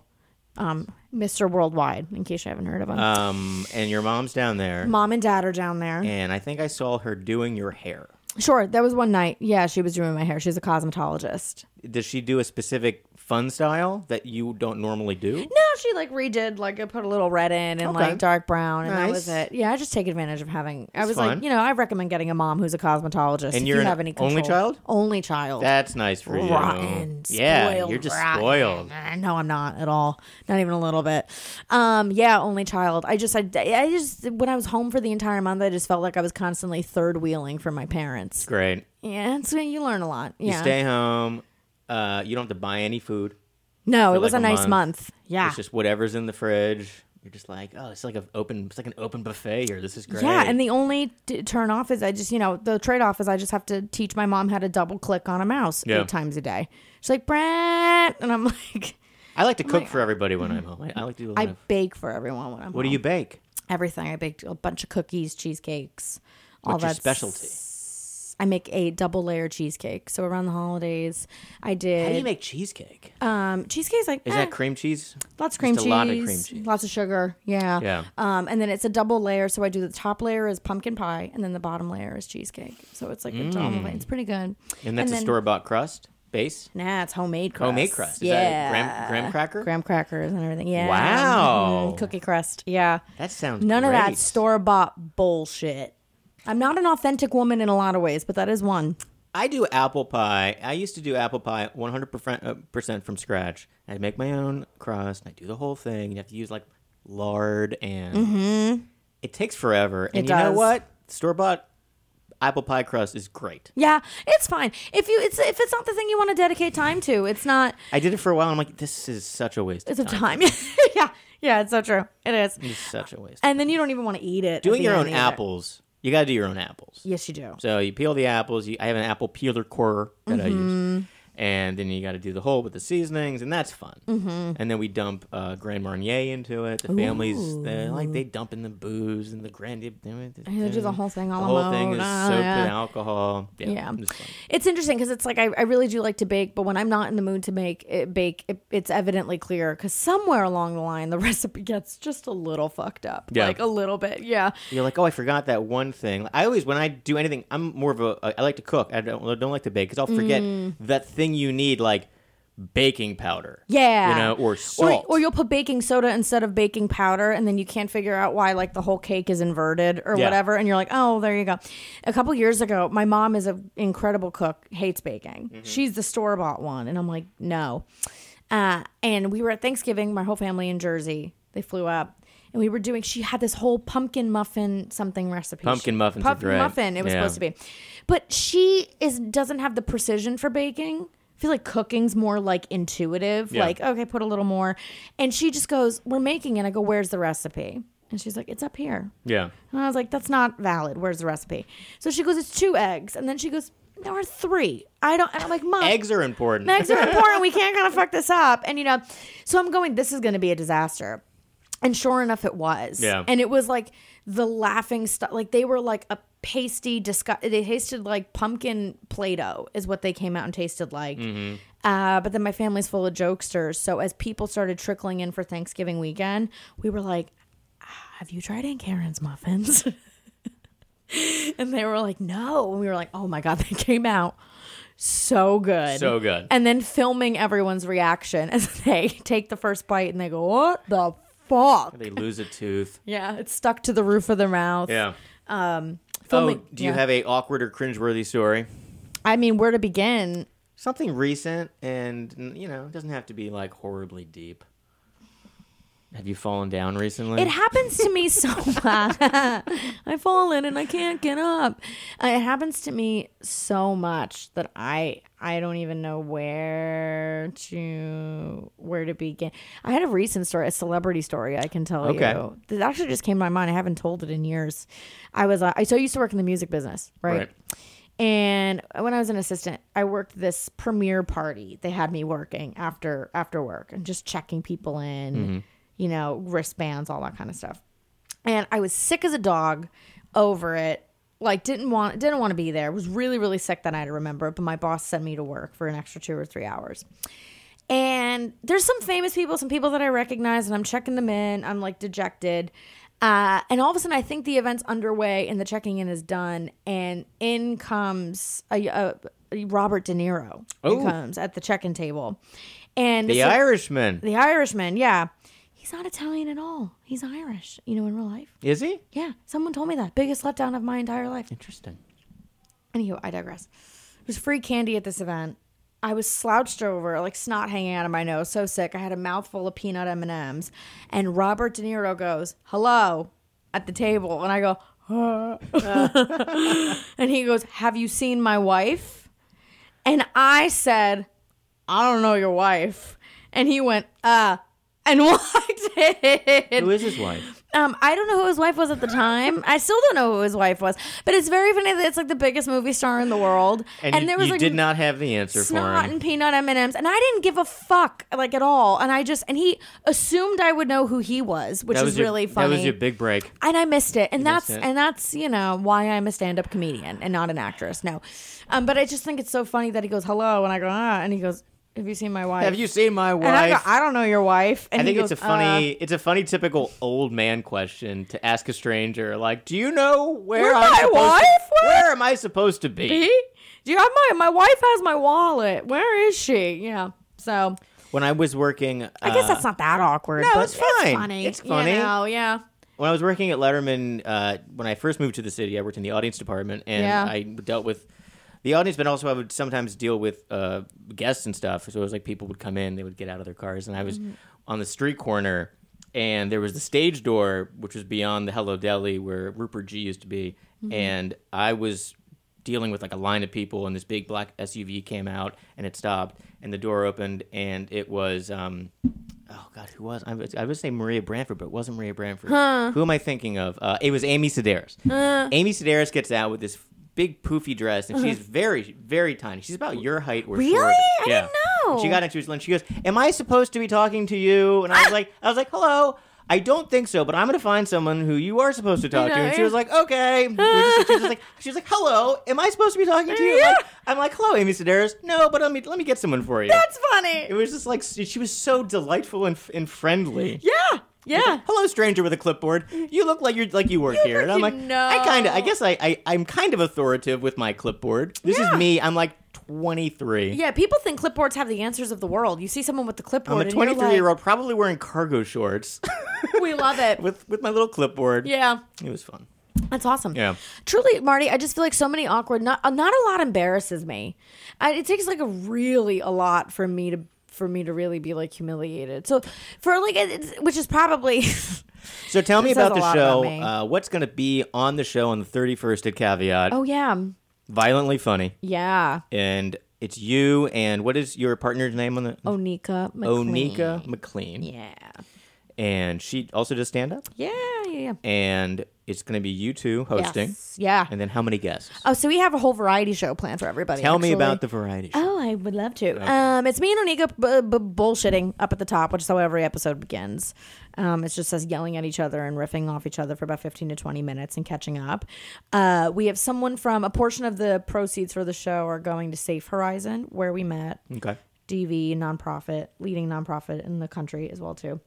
Speaker 3: um, Mr. Worldwide. In case you haven't heard of him,
Speaker 2: Uh, Um, and your mom's down there,
Speaker 3: Mm. mom and dad are down there.
Speaker 2: and I think I saw her doing your hair.
Speaker 3: Sure, that was one night. Yeah, she was doing my hair. She's a cosmetologist.
Speaker 2: Does she do a specific fun style that you don't normally do?
Speaker 3: No, she like redid like I put a little red in and
Speaker 2: Okay.
Speaker 3: like dark brown, and that was
Speaker 2: Nice.
Speaker 3: it. Yeah, I just take advantage of having. I was
Speaker 2: fine.
Speaker 3: like, you know, I recommend getting a mom who's a cosmetologist. if
Speaker 2: you're
Speaker 3: you
Speaker 2: an
Speaker 3: have any control.
Speaker 2: only child?
Speaker 3: Only child.
Speaker 2: That's nice for you.
Speaker 3: rotten.
Speaker 2: yeah,
Speaker 3: spoiled,
Speaker 2: you're just
Speaker 3: rotten. Uh,
Speaker 2: spoiled.
Speaker 3: No, I'm not at all. Not even a little bit. Um, yeah, only child. I just, I, I just, when I was home for the entire month, I just felt like I was constantly third wheeling for my parents.
Speaker 2: Great.
Speaker 3: Yeah, it's you learn a lot.
Speaker 2: You
Speaker 3: Yeah.
Speaker 2: stay home. Uh, you don't have to buy any food.
Speaker 3: no, it
Speaker 2: for
Speaker 3: was
Speaker 2: like
Speaker 3: a
Speaker 2: a
Speaker 3: nice
Speaker 2: month.
Speaker 3: month. Yeah.
Speaker 2: It's just whatever's in the fridge. You're just like, oh, it's like an open, it's like an open buffet here. This is great.
Speaker 3: Yeah, and the only t- turn off is I just, you know, the trade off is I just have to teach my mom how to double click on a mouse
Speaker 2: Yeah.
Speaker 3: eight times a day. She's like, Brent. And I'm like,
Speaker 2: I
Speaker 3: Oh
Speaker 2: like to cook for everybody when I'm home. I, I like to do a lot
Speaker 3: Mm-hmm. I Oh.
Speaker 2: of.
Speaker 3: bake for everyone when I'm
Speaker 2: What do
Speaker 3: home.
Speaker 2: you bake?
Speaker 3: Everything. I baked a bunch of cookies, cheesecakes, all
Speaker 2: What's your
Speaker 3: that.
Speaker 2: specialty?
Speaker 3: I make a double layer cheesecake. So around the holidays, I
Speaker 2: How do you
Speaker 3: did
Speaker 2: make cheesecake?
Speaker 3: um, cheesecake's like
Speaker 2: Is
Speaker 3: eh,
Speaker 2: that cream cheese?
Speaker 3: lots of cream
Speaker 2: just
Speaker 3: cheese,
Speaker 2: a lot of cream cheese?
Speaker 3: lots of sugar. Yeah.
Speaker 2: Yeah.
Speaker 3: Um, and then it's a double layer. So I do the top layer is pumpkin pie, and then the bottom layer is cheesecake. So it's like a double. It's pretty
Speaker 2: Mm.
Speaker 3: good.
Speaker 2: And that's a
Speaker 3: then-
Speaker 2: store bought crust base.
Speaker 3: Nah, it's homemade crust.
Speaker 2: Homemade crust. Is that
Speaker 3: yeah.
Speaker 2: graham, graham cracker?
Speaker 3: graham crackers and everything. Yeah.
Speaker 2: Wow.
Speaker 3: Mhm, Cookie crust. Yeah.
Speaker 2: That sounds
Speaker 3: None of that
Speaker 2: great.
Speaker 3: store bought bullshit. I'm not an authentic woman in a lot of ways, but that is one.
Speaker 2: I do apple pie. I used to do apple pie 100% uh, percent from scratch. I make my own crust and I do the whole thing. You have to use like lard and it takes forever. And
Speaker 3: Mm-hmm. It
Speaker 2: you know
Speaker 3: does.
Speaker 2: what? Store bought apple pie crust is great.
Speaker 3: Yeah, it's fine. If you it's if it's not the thing you want to dedicate time to, it's not
Speaker 2: I did it for a while. I'm like, this is such a waste.
Speaker 3: it's
Speaker 2: of
Speaker 3: a
Speaker 2: time.
Speaker 3: time. yeah. Yeah, it's so true. It is.
Speaker 2: It's such a waste.
Speaker 3: And then you don't even want to eat it. at
Speaker 2: Doing
Speaker 3: the
Speaker 2: your
Speaker 3: end
Speaker 2: own
Speaker 3: either.
Speaker 2: apples. You got to do your own apples.
Speaker 3: Yes, you do.
Speaker 2: So you peel the apples. You, I have an apple peeler core that I
Speaker 3: Mm-hmm.
Speaker 2: use, and then you got to do the whole with the seasonings, and that's fun. Mm-hmm. And then we dump uh, Grand Marnier into it. The families they like they dump in the booze and the Grand. They
Speaker 3: they do the whole thing all
Speaker 2: the whole thing is
Speaker 3: alone. Ah,
Speaker 2: soaked
Speaker 3: yeah.
Speaker 2: in alcohol. Yeah,
Speaker 3: Yeah.
Speaker 2: it's fun.
Speaker 3: It's interesting because it's like I, I really do like to bake, but when I'm not in the mood to make it, bake, it, it's evidently clear because somewhere along the line the recipe gets just a little fucked up,
Speaker 2: Yeah.
Speaker 3: like a little bit. Yeah,
Speaker 2: You're like, oh, I forgot that one thing. I always, when I do anything, I'm more of a. I like to cook. I don't, I don't like to bake because I'll forget
Speaker 3: Mm.
Speaker 2: that thing you need, like baking powder.
Speaker 3: yeah.
Speaker 2: you know, or salt,
Speaker 3: or, you'll put baking soda instead of baking powder, and then you can't figure out why like the whole cake is inverted or
Speaker 2: Yeah.
Speaker 3: whatever, and you're like, oh, there you go. A couple years ago, my mom is an incredible cook, hates baking.
Speaker 2: Mm-hmm.
Speaker 3: She's the store bought one, and I'm like, no. Uh, and we were at Thanksgiving, my whole family in Jersey. They flew up. And we were doing. She had this whole pumpkin muffin something recipe.
Speaker 2: Pumpkin
Speaker 3: She-
Speaker 2: muffin's
Speaker 3: pumpkin
Speaker 2: right.
Speaker 3: muffin. It was
Speaker 2: Yeah.
Speaker 3: supposed to be, but she is doesn't have the precision for baking. I feel like cooking's more like intuitive.
Speaker 2: Yeah.
Speaker 3: Like okay, put a little more, and she just goes, "We're making," it." I go, "Where's the recipe?" And she's like, "It's up here."
Speaker 2: yeah.
Speaker 3: And I was like, that's not valid. Where's the recipe? So she goes, it's two eggs. And then she goes, there are three. I don't, and I'm like, mom.
Speaker 2: Eggs are important.
Speaker 3: Eggs are important. We can't kind of fuck this up. And, you know, so I'm going, this is going to be a disaster. And sure enough, it was.
Speaker 2: Yeah.
Speaker 3: And it was like the laughing stuff. Like they were like a pasty, disgust. They tasted like pumpkin Play Doh, is what they came out and tasted like.
Speaker 2: Mm-hmm.
Speaker 3: Uh, but then my family's full of jokesters. So as people started trickling in for Thanksgiving weekend, we were like, "Ah, have you tried Aunt Karen's muffins? and they were like, no. And we were like, oh my God, they came out so good.
Speaker 2: So good.
Speaker 3: And then filming everyone's reaction as they take the first bite and they go, what the fuck?
Speaker 2: They lose a tooth.
Speaker 3: Yeah, it's stuck to the roof of their mouth.
Speaker 2: Yeah.
Speaker 3: Um,
Speaker 2: Oh,
Speaker 3: filming-
Speaker 2: do you
Speaker 3: yeah.
Speaker 2: have a awkward or cringeworthy story?
Speaker 3: I mean, where to begin?
Speaker 2: Something recent, and n- you know, it doesn't have to be like horribly deep. Have you fallen down recently?
Speaker 3: It happens to me so much. I fall in and I can't get up. Uh, It happens to me so much that I I don't even know where to where to begin. I had a recent story, a celebrity story I can tell
Speaker 2: Okay.
Speaker 3: you. That actually just came to my mind. I haven't told it in years. I was uh, I so I used to work in the music business,
Speaker 2: Right.
Speaker 3: right? And when I was an assistant, I worked this premiere party. They had me working after after work and just checking people in, you know, wristbands, all that kind of stuff. And I was sick as a dog over it. Like didn't want didn't want to be there. Was really really sick that night. I remember, but my boss sent me to work for an extra two or three hours. And there's some famous people, some people that I recognize, and I'm checking them in. I'm like dejected. Uh, and all of a sudden, I think the event's underway and the checking in is done. And in comes a, a, a Robert De Niro. who
Speaker 2: Oh.
Speaker 3: comes at the check-in table, and
Speaker 2: The
Speaker 3: it's like-
Speaker 2: Irishman.
Speaker 3: the Irishman. Yeah, he's not Italian at all. He's Irish. You know, in real life.
Speaker 2: Is he?
Speaker 3: Yeah, someone told me that. Biggest letdown of my entire life.
Speaker 2: Interesting.
Speaker 3: Anywho, I digress. It was free candy at this event. I was slouched over, like snot hanging out of my nose, so sick. I had a mouthful of peanut M and M's, and Robert De Niro goes, "Hello," at the table, and I go, "Huh." and he goes, "Have you seen my wife?" And I said, "I don't know your wife," and he went, "Uh," and walked in.
Speaker 2: Who is his wife?
Speaker 3: Um, I don't know who his wife was at the time. I still don't know who his wife was, but it's very funny that it's like the biggest movie star in the world,
Speaker 2: And, you, you did not have the answer for
Speaker 3: snot
Speaker 2: him.
Speaker 3: and peanut M and M's, and I didn't give a fuck like at all. And I just and he assumed I would know who he was, which
Speaker 2: that
Speaker 3: is
Speaker 2: was your-
Speaker 3: really funny.
Speaker 2: That was your big break.
Speaker 3: and I missed it, and that's
Speaker 2: it.
Speaker 3: and that's you know why I'm a stand up comedian and not an actress. No, um, but I just think it's so funny that he goes hello, and I go ah, and he goes, have you seen my wife?
Speaker 2: Have you seen my wife?
Speaker 3: And I go, I don't know your wife. And
Speaker 2: I
Speaker 3: he
Speaker 2: think
Speaker 3: goes, "Uh,
Speaker 2: it's a funny, it's a funny typical old man question to ask a stranger. Like, do you know where,
Speaker 3: Where
Speaker 2: I'm
Speaker 3: my
Speaker 2: supposed
Speaker 3: wife
Speaker 2: To,
Speaker 3: was?"
Speaker 2: where am I supposed to be?
Speaker 3: be? Do you have my my wife has my wallet? Where is she? You know. So
Speaker 2: When I was working, uh,
Speaker 3: I guess that's not that awkward.
Speaker 2: no,
Speaker 3: but
Speaker 2: it's fine.
Speaker 3: funny.
Speaker 2: It's funny.
Speaker 3: You know, yeah.
Speaker 2: when I was working at Letterman, uh, when I first moved to the city, I worked in the audience department, and
Speaker 3: Yeah.
Speaker 2: I dealt with the audience, but also I would sometimes deal with uh, guests and stuff. So it was like people would come in, they would get out of their cars, and I was
Speaker 3: Mm-hmm.
Speaker 2: on the street corner, and there was the stage door, which was beyond the Hello Deli where Rupert G used to be,
Speaker 3: Mm-hmm.
Speaker 2: and I was dealing with like a line of people, and this big black SUV came out, and it stopped, and the door opened, and it was. Um, Oh God, who was I? Was, I would say Maria Branford, but it wasn't Maria Branford. Who am I thinking of? Uh, it was Amy Sedaris. Amy Sedaris gets out with this big poofy dress, and she's very, very tiny. She's about your height or
Speaker 3: Uh-huh. Really?
Speaker 2: shorter.
Speaker 3: I didn't know.
Speaker 2: And she got into his lunch. She goes, "Am I supposed to be talking to you?" And I
Speaker 3: Ah!
Speaker 2: was like, "I was like, hello." I don't think so, but I'm gonna find someone who you are supposed to talk to. And she
Speaker 3: Yeah.
Speaker 2: was like, "Okay." We just- She was like, "She was like, hello. Am I supposed to be talking to you?" Like, I'm like, "Hello, Amy Sedaris." No, but let me let me get someone for you.
Speaker 3: That's
Speaker 2: It
Speaker 3: funny.
Speaker 2: was just like she was so delightful and, and friendly.
Speaker 3: Yeah. Yeah.
Speaker 2: Hello, stranger with a clipboard. You look like you're like you work here, and I'm
Speaker 3: like
Speaker 2: like,
Speaker 3: you
Speaker 2: I kind of, I
Speaker 3: know.
Speaker 2: guess I, I, I'm kind of authoritative with my clipboard. This
Speaker 3: Yeah.
Speaker 2: is me. I'm like 23.
Speaker 3: Yeah, people think clipboards have the answers of the world. You see someone with the
Speaker 2: I'm
Speaker 3: clipboard,
Speaker 2: a 23 year old, probably wearing cargo shorts
Speaker 3: old. We love it.
Speaker 2: with with my little clipboard.
Speaker 3: yeah,
Speaker 2: it was fun.
Speaker 3: that's awesome.
Speaker 2: Yeah.
Speaker 3: truly, Marty. I just feel like so many awkward. Not uh, not a lot embarrasses me. I, it takes like a really a lot for me to for me to really be like humiliated. So for like, it's, which is probably
Speaker 2: So tell me
Speaker 3: That says
Speaker 2: about
Speaker 3: a
Speaker 2: the
Speaker 3: lot about
Speaker 2: show.
Speaker 3: me.
Speaker 2: uh, what's going to be on the show on the 31st at Caveat?
Speaker 3: oh yeah.
Speaker 2: Violently funny,
Speaker 3: Yeah.
Speaker 2: and it's you and what is your partner's name on the?
Speaker 3: Onika McLean.
Speaker 2: Onika McLean.
Speaker 3: Yeah.
Speaker 2: and she also does stand up.
Speaker 3: Yeah, yeah, yeah.
Speaker 2: And it's going to be you two hosting,
Speaker 3: Yes. Yeah.
Speaker 2: and then how many guests?
Speaker 3: Oh, so we have a whole variety show planned for everybody.
Speaker 2: Tell me
Speaker 3: actually.
Speaker 2: about the variety. Show.
Speaker 3: Oh, I would love to. Um, it's me and Onika b- b- bullshitting up at the top, which is how every episode begins. Um, it's just us yelling at each other and riffing off each other for about 15 to 20 minutes and catching up. Uh, we have someone from a portion of the proceeds for the show are going to Safe Horizon, where we met.
Speaker 2: Okay.
Speaker 3: DV nonprofit, leading nonprofit in the country as well too.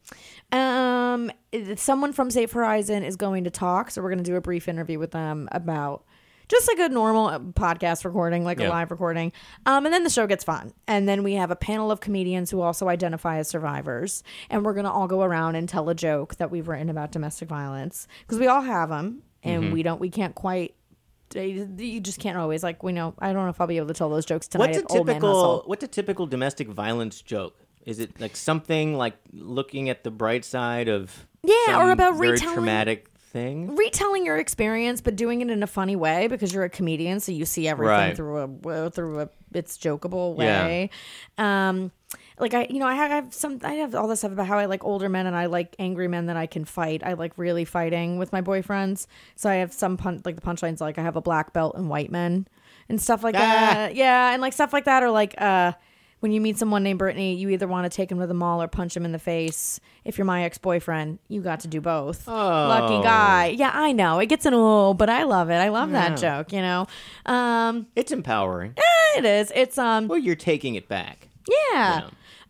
Speaker 3: Um, it- someone from Safe Horizon is going to talk, so we're going to do a brief interview with them about just like a normal uh, podcast recording, like
Speaker 2: Yeah.
Speaker 3: a live recording. Um, and then the show gets fun, and then we have a panel of comedians who also identify as survivors, and we're going to all go around and tell a joke that we've written about domestic violence because we all have them, and
Speaker 2: Mm-hmm.
Speaker 3: we don't, we can't quite. eh, You just can't always like we know. I don't know if I'll be able to tell those jokes tonight.
Speaker 2: What's a
Speaker 3: at Old Man Hustle.
Speaker 2: typical What's a typical domestic violence joke? Is it like something like looking at the bright side of
Speaker 3: Yeah, or
Speaker 2: some
Speaker 3: about
Speaker 2: very
Speaker 3: retelling-
Speaker 2: traumatic thing?
Speaker 3: retelling your experience but doing it in a funny way because you're a comedian so you see everything
Speaker 2: Right.
Speaker 3: through a well, through a it's jokeable
Speaker 2: Yeah.
Speaker 3: way um like i you know I have, I have some i have all this stuff about how i like older men and i like angry men that i can fight i like really fighting with my boyfriends so i have some pun like the punchlines like i have a black belt and white men and stuff like
Speaker 2: Ah.
Speaker 3: that yeah and like stuff like that or like uh when you meet someone named Brittany, you either want to take him to the mall or punch him in the face. If you're my ex boyfriend, you got to do both.
Speaker 2: Oh.
Speaker 3: Lucky guy. Yeah, I know. It gets an oh, but I love it. I love that joke, you know. Um
Speaker 2: It's empowering.
Speaker 3: eh, it is. It's um
Speaker 2: Well, you're taking it back
Speaker 3: yeah.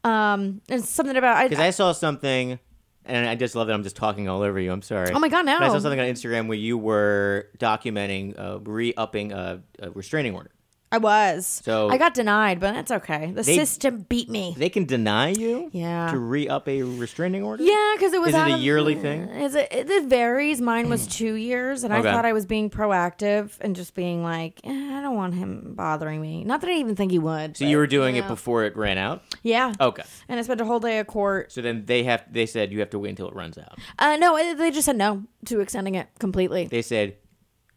Speaker 3: Um it's something about I,
Speaker 2: because I saw something And I just love that I'm just talking all over you. I'm sorry.
Speaker 3: Oh my God,
Speaker 2: But I saw
Speaker 3: no.
Speaker 2: something on Instagram where you were documenting uh, re-upping a, a restraining order.
Speaker 3: I was.
Speaker 2: So-
Speaker 3: I got denied, but that's okay. The
Speaker 2: They-
Speaker 3: system beat me.
Speaker 2: They can deny you
Speaker 3: Yeah.
Speaker 2: to re-up a restraining order?
Speaker 3: Yeah, because it was
Speaker 2: Is it
Speaker 3: out
Speaker 2: a
Speaker 3: of- mm,
Speaker 2: yearly thing? Mm.
Speaker 3: Is it, it, it varies. Mine was two years, and
Speaker 2: Okay.
Speaker 3: I thought I was being proactive and just being like, eh, I don't want him bothering me. Not that I even think he would.
Speaker 2: So Oh. you were doing it before it ran out?
Speaker 3: yeah.
Speaker 2: Okay.
Speaker 3: And I spent a whole day at court.
Speaker 2: So then they have they said you have to wait until it runs out.
Speaker 3: Uh, no, eh, they just said no to extending it completely.
Speaker 2: They said,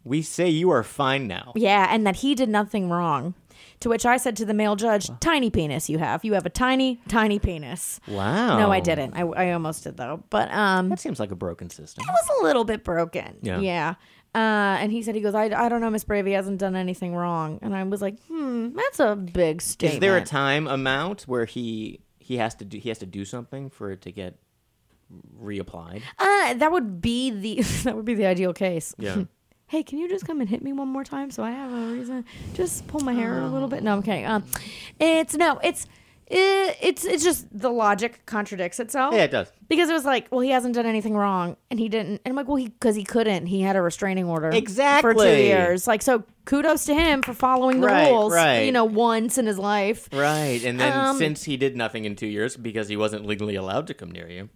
Speaker 2: "We say you are fine now."
Speaker 3: Yeah, and that he did nothing wrong. To which I said to the male judge, "Tiny penis you have. You have a tiny, tiny penis."
Speaker 2: Wow.
Speaker 3: No, I didn't. I, I almost did though, but um,
Speaker 2: That seems like a broken system.
Speaker 3: was a little bit broken.
Speaker 2: Yeah.
Speaker 3: Uh, and he said, he goes, I, I don't know, Miss Bravey hasn't done anything wrong. And I was like, hmm, that's a big statement.
Speaker 2: Is there a time amount where he he has to do he has to do something for it to get reapplied?
Speaker 3: uh, that would be the that would be the ideal case.
Speaker 2: Yeah.
Speaker 3: Hey, can you just come and hit me one more time so I have a reason? Just pull my hair a
Speaker 2: Oh.
Speaker 3: little bit. No, I'm kidding. Um, it's no, it's it, it's it's just the logic contradicts itself.
Speaker 2: Yeah, it does.
Speaker 3: Because it was like, well, he hasn't done anything wrong, and he didn't. And I'm like, well, he because he couldn't. He had a restraining order for two
Speaker 2: Exactly.
Speaker 3: years. Like, so kudos to him for following the
Speaker 2: Right,
Speaker 3: rules.
Speaker 2: right.
Speaker 3: You know, once in his life.
Speaker 2: Right. And then
Speaker 3: Um,
Speaker 2: since he did nothing in 2 years because he wasn't legally allowed to come near you,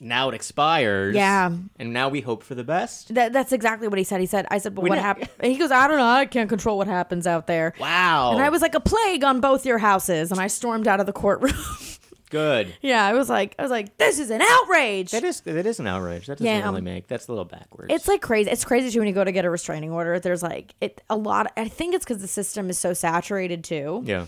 Speaker 2: now it expires.
Speaker 3: Yeah.
Speaker 2: And now we hope for the best.
Speaker 3: That, that's exactly what he said. He said, I said, but what
Speaker 2: know-
Speaker 3: happened? He goes, I don't know. I can't control what happens out there.
Speaker 2: Wow.
Speaker 3: And I was like a plague on both your houses, and I stormed out of the courtroom.
Speaker 2: good.
Speaker 3: yeah, I was like, I was like, this is an outrage.
Speaker 2: That is that is an outrage. That doesn't
Speaker 3: Yeah.
Speaker 2: really make that's a little backwards.
Speaker 3: It's like crazy. It's crazy too when you go to get a restraining order. There's like it a lot. I think it's because the system is so saturated too.
Speaker 2: yeah.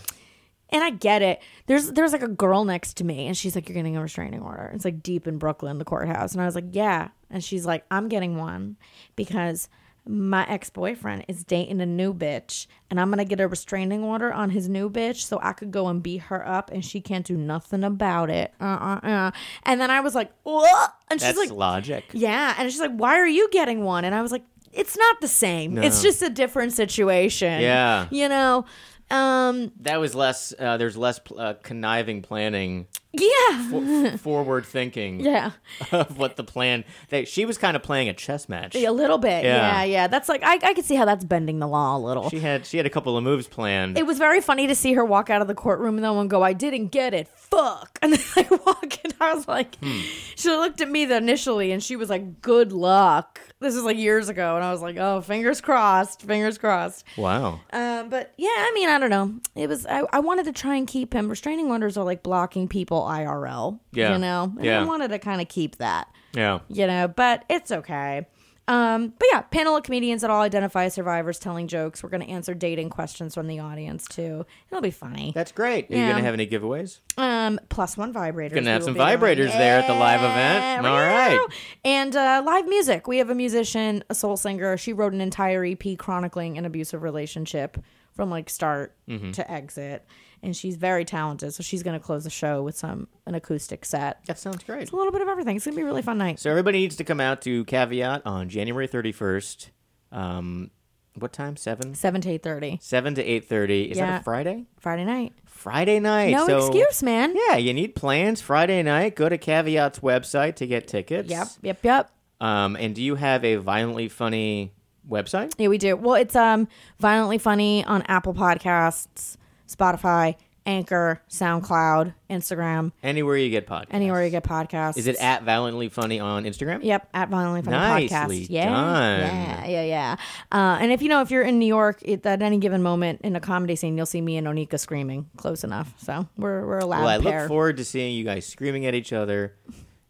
Speaker 3: and I get it. There's there's like a girl next to me, and she's like, "You're getting a restraining order." It's like deep in Brooklyn, the courthouse, and I was like, "Yeah," and she's like, "I'm getting one because my ex boyfriend is dating a new bitch, and I'm gonna get a restraining order on his new bitch, so I could go and beat her up, and she can't do nothing about it." Uh uh uh. And then I was like, "What?" And she's
Speaker 2: That's
Speaker 3: like,
Speaker 2: logic.
Speaker 3: "Yeah," and she's like, "Why are you getting one?" And I was like. It's not the same. It's just a different situation.
Speaker 2: Yeah.
Speaker 3: You know, um,
Speaker 2: That was less uh, there's less pl- uh, conniving planning,
Speaker 3: yeah.
Speaker 2: f- forward thinking.
Speaker 3: Yeah,
Speaker 2: of what the plan they she was kind of playing a chess match.
Speaker 3: a little bit.
Speaker 2: Yeah.
Speaker 3: Yeah, yeah. That's like I, I could see how that's bending the law a little.
Speaker 2: She had she had a couple of moves planned.
Speaker 3: it was very funny to see her walk out of the courtroom though and go, "I didn't get it, fuck!" And then I walk and I was like,
Speaker 2: Hmm.
Speaker 3: she looked at me initially and she was like, "Good luck." This is like years ago, and I was like, "Oh, fingers crossed, fingers crossed."
Speaker 2: wow.
Speaker 3: Um, but yeah, I mean, I don't know. It was I, I wanted to try and keep him. Restraining orders are like blocking people IRL.
Speaker 2: Yeah.
Speaker 3: you know, and
Speaker 2: Yeah.
Speaker 3: I wanted to kind of keep that.
Speaker 2: Yeah.
Speaker 3: you know, but it's okay. Um, but yeah, panel of comedians that all identify as survivors telling jokes. We're going to answer dating questions from the audience too. It'll be funny.
Speaker 2: That's great. Are you
Speaker 3: Yeah.
Speaker 2: gonna have any giveaways?
Speaker 3: Um, plus one vibrators.
Speaker 2: Gonna have
Speaker 3: we
Speaker 2: some
Speaker 3: will be
Speaker 2: vibrators
Speaker 3: doing.
Speaker 2: there at the live
Speaker 3: Yeah,
Speaker 2: event.
Speaker 3: we
Speaker 2: All right.
Speaker 3: will. And uh, live music. We have a musician, a soul singer. She wrote an entire EP chronicling an abusive relationship from like start
Speaker 2: Mm-hmm.
Speaker 3: to exit, and she's very talented. So she's going to close the show with some an acoustic set.
Speaker 2: That sounds great.
Speaker 3: A little bit of everything. It's going to be a really fun night.
Speaker 2: So everybody needs to come out to Caveat on January 31st. Um, what time? Seven.
Speaker 3: Seven to eight thirty
Speaker 2: Seven to eight thirty. Is that
Speaker 3: Yeah.
Speaker 2: a Friday?
Speaker 3: Friday night.
Speaker 2: Friday night.
Speaker 3: No
Speaker 2: so-
Speaker 3: excuse, man.
Speaker 2: Yeah, you need plans Friday night. Go to Caveat's website to get tickets.
Speaker 3: Yep, yep, yep.
Speaker 2: Um, and do you have a violently funny website?
Speaker 3: Yeah, we do. Well, it's um violently funny on Apple Podcasts, Spotify, Anchor, SoundCloud, Instagram,
Speaker 2: Anywhere you get podcasts.
Speaker 3: anywhere you get podcasts.
Speaker 2: Is it at violently funny on Instagram?
Speaker 3: Yep, at violently funny
Speaker 2: Nicely
Speaker 3: podcast. Yeah,
Speaker 2: done.
Speaker 3: yeah, yeah, yeah. Uh, and if you know, if you're in New York it, at any given moment in a comedy scene, you'll see me and Onika screaming close enough. So we're we're a loud
Speaker 2: Well, I
Speaker 3: pair.
Speaker 2: look forward to seeing you guys screaming at each other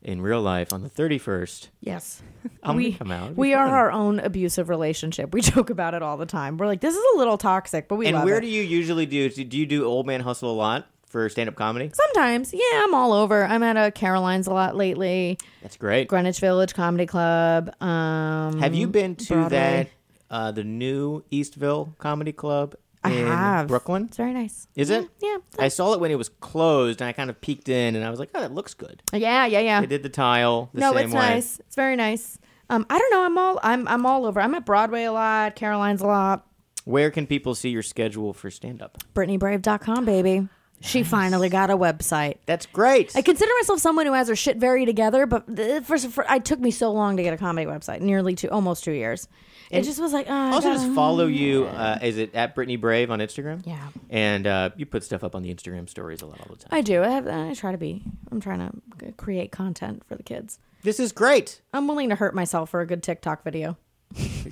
Speaker 2: in real life on the 31st.
Speaker 3: yes,
Speaker 2: I'm
Speaker 3: we
Speaker 2: gonna come out. It'll be
Speaker 3: we are
Speaker 2: fun.
Speaker 3: our own abusive relationship. We joke about it all the time. We're like, this is a little toxic, but we
Speaker 2: And
Speaker 3: love
Speaker 2: where
Speaker 3: it.
Speaker 2: do you usually do? Do you do Old Man Hustle a lot for stand up comedy?
Speaker 3: Sometimes, yeah, I'm all over. I'm at a Caroline's a lot lately.
Speaker 2: That's great.
Speaker 3: Greenwich Village Comedy Club. Um,
Speaker 2: Have you been to
Speaker 3: Broadway.
Speaker 2: that, uh, the new Eastville Comedy Club
Speaker 3: I
Speaker 2: in
Speaker 3: have.
Speaker 2: Brooklyn?
Speaker 3: It's very nice.
Speaker 2: Is it?
Speaker 3: Yeah,
Speaker 2: I saw it when it was closed and I kind of peeked in and I was like, oh, that looks good.
Speaker 3: yeah, yeah, yeah.
Speaker 2: They did the tile the
Speaker 3: Ah. no,
Speaker 2: same
Speaker 3: it's
Speaker 2: way.
Speaker 3: nice. It's very nice. Um, I don't know. I'm all I'm I'm all over. I'm at Broadway a lot, Caroline's a lot,
Speaker 2: Where can people see your schedule for stand up?
Speaker 3: BrittanyBrave.com, baby. She finally got a website.
Speaker 2: That's great.
Speaker 3: I consider myself someone who has her shit very together, but th- first, for, I took me so long to get a comedy website, nearly two, almost two years. It just was like, oh, I
Speaker 2: also,
Speaker 3: gotta-
Speaker 2: just follow you. Uh, is it at Brittany Brave on Instagram?
Speaker 3: Yeah.
Speaker 2: And uh, you put stuff up on the Instagram stories a lot all the time.
Speaker 3: I do. I, have, I try to be. I'm trying to c- create content for the kids.
Speaker 2: This is great.
Speaker 3: I'm willing to hurt myself for a good TikTok video.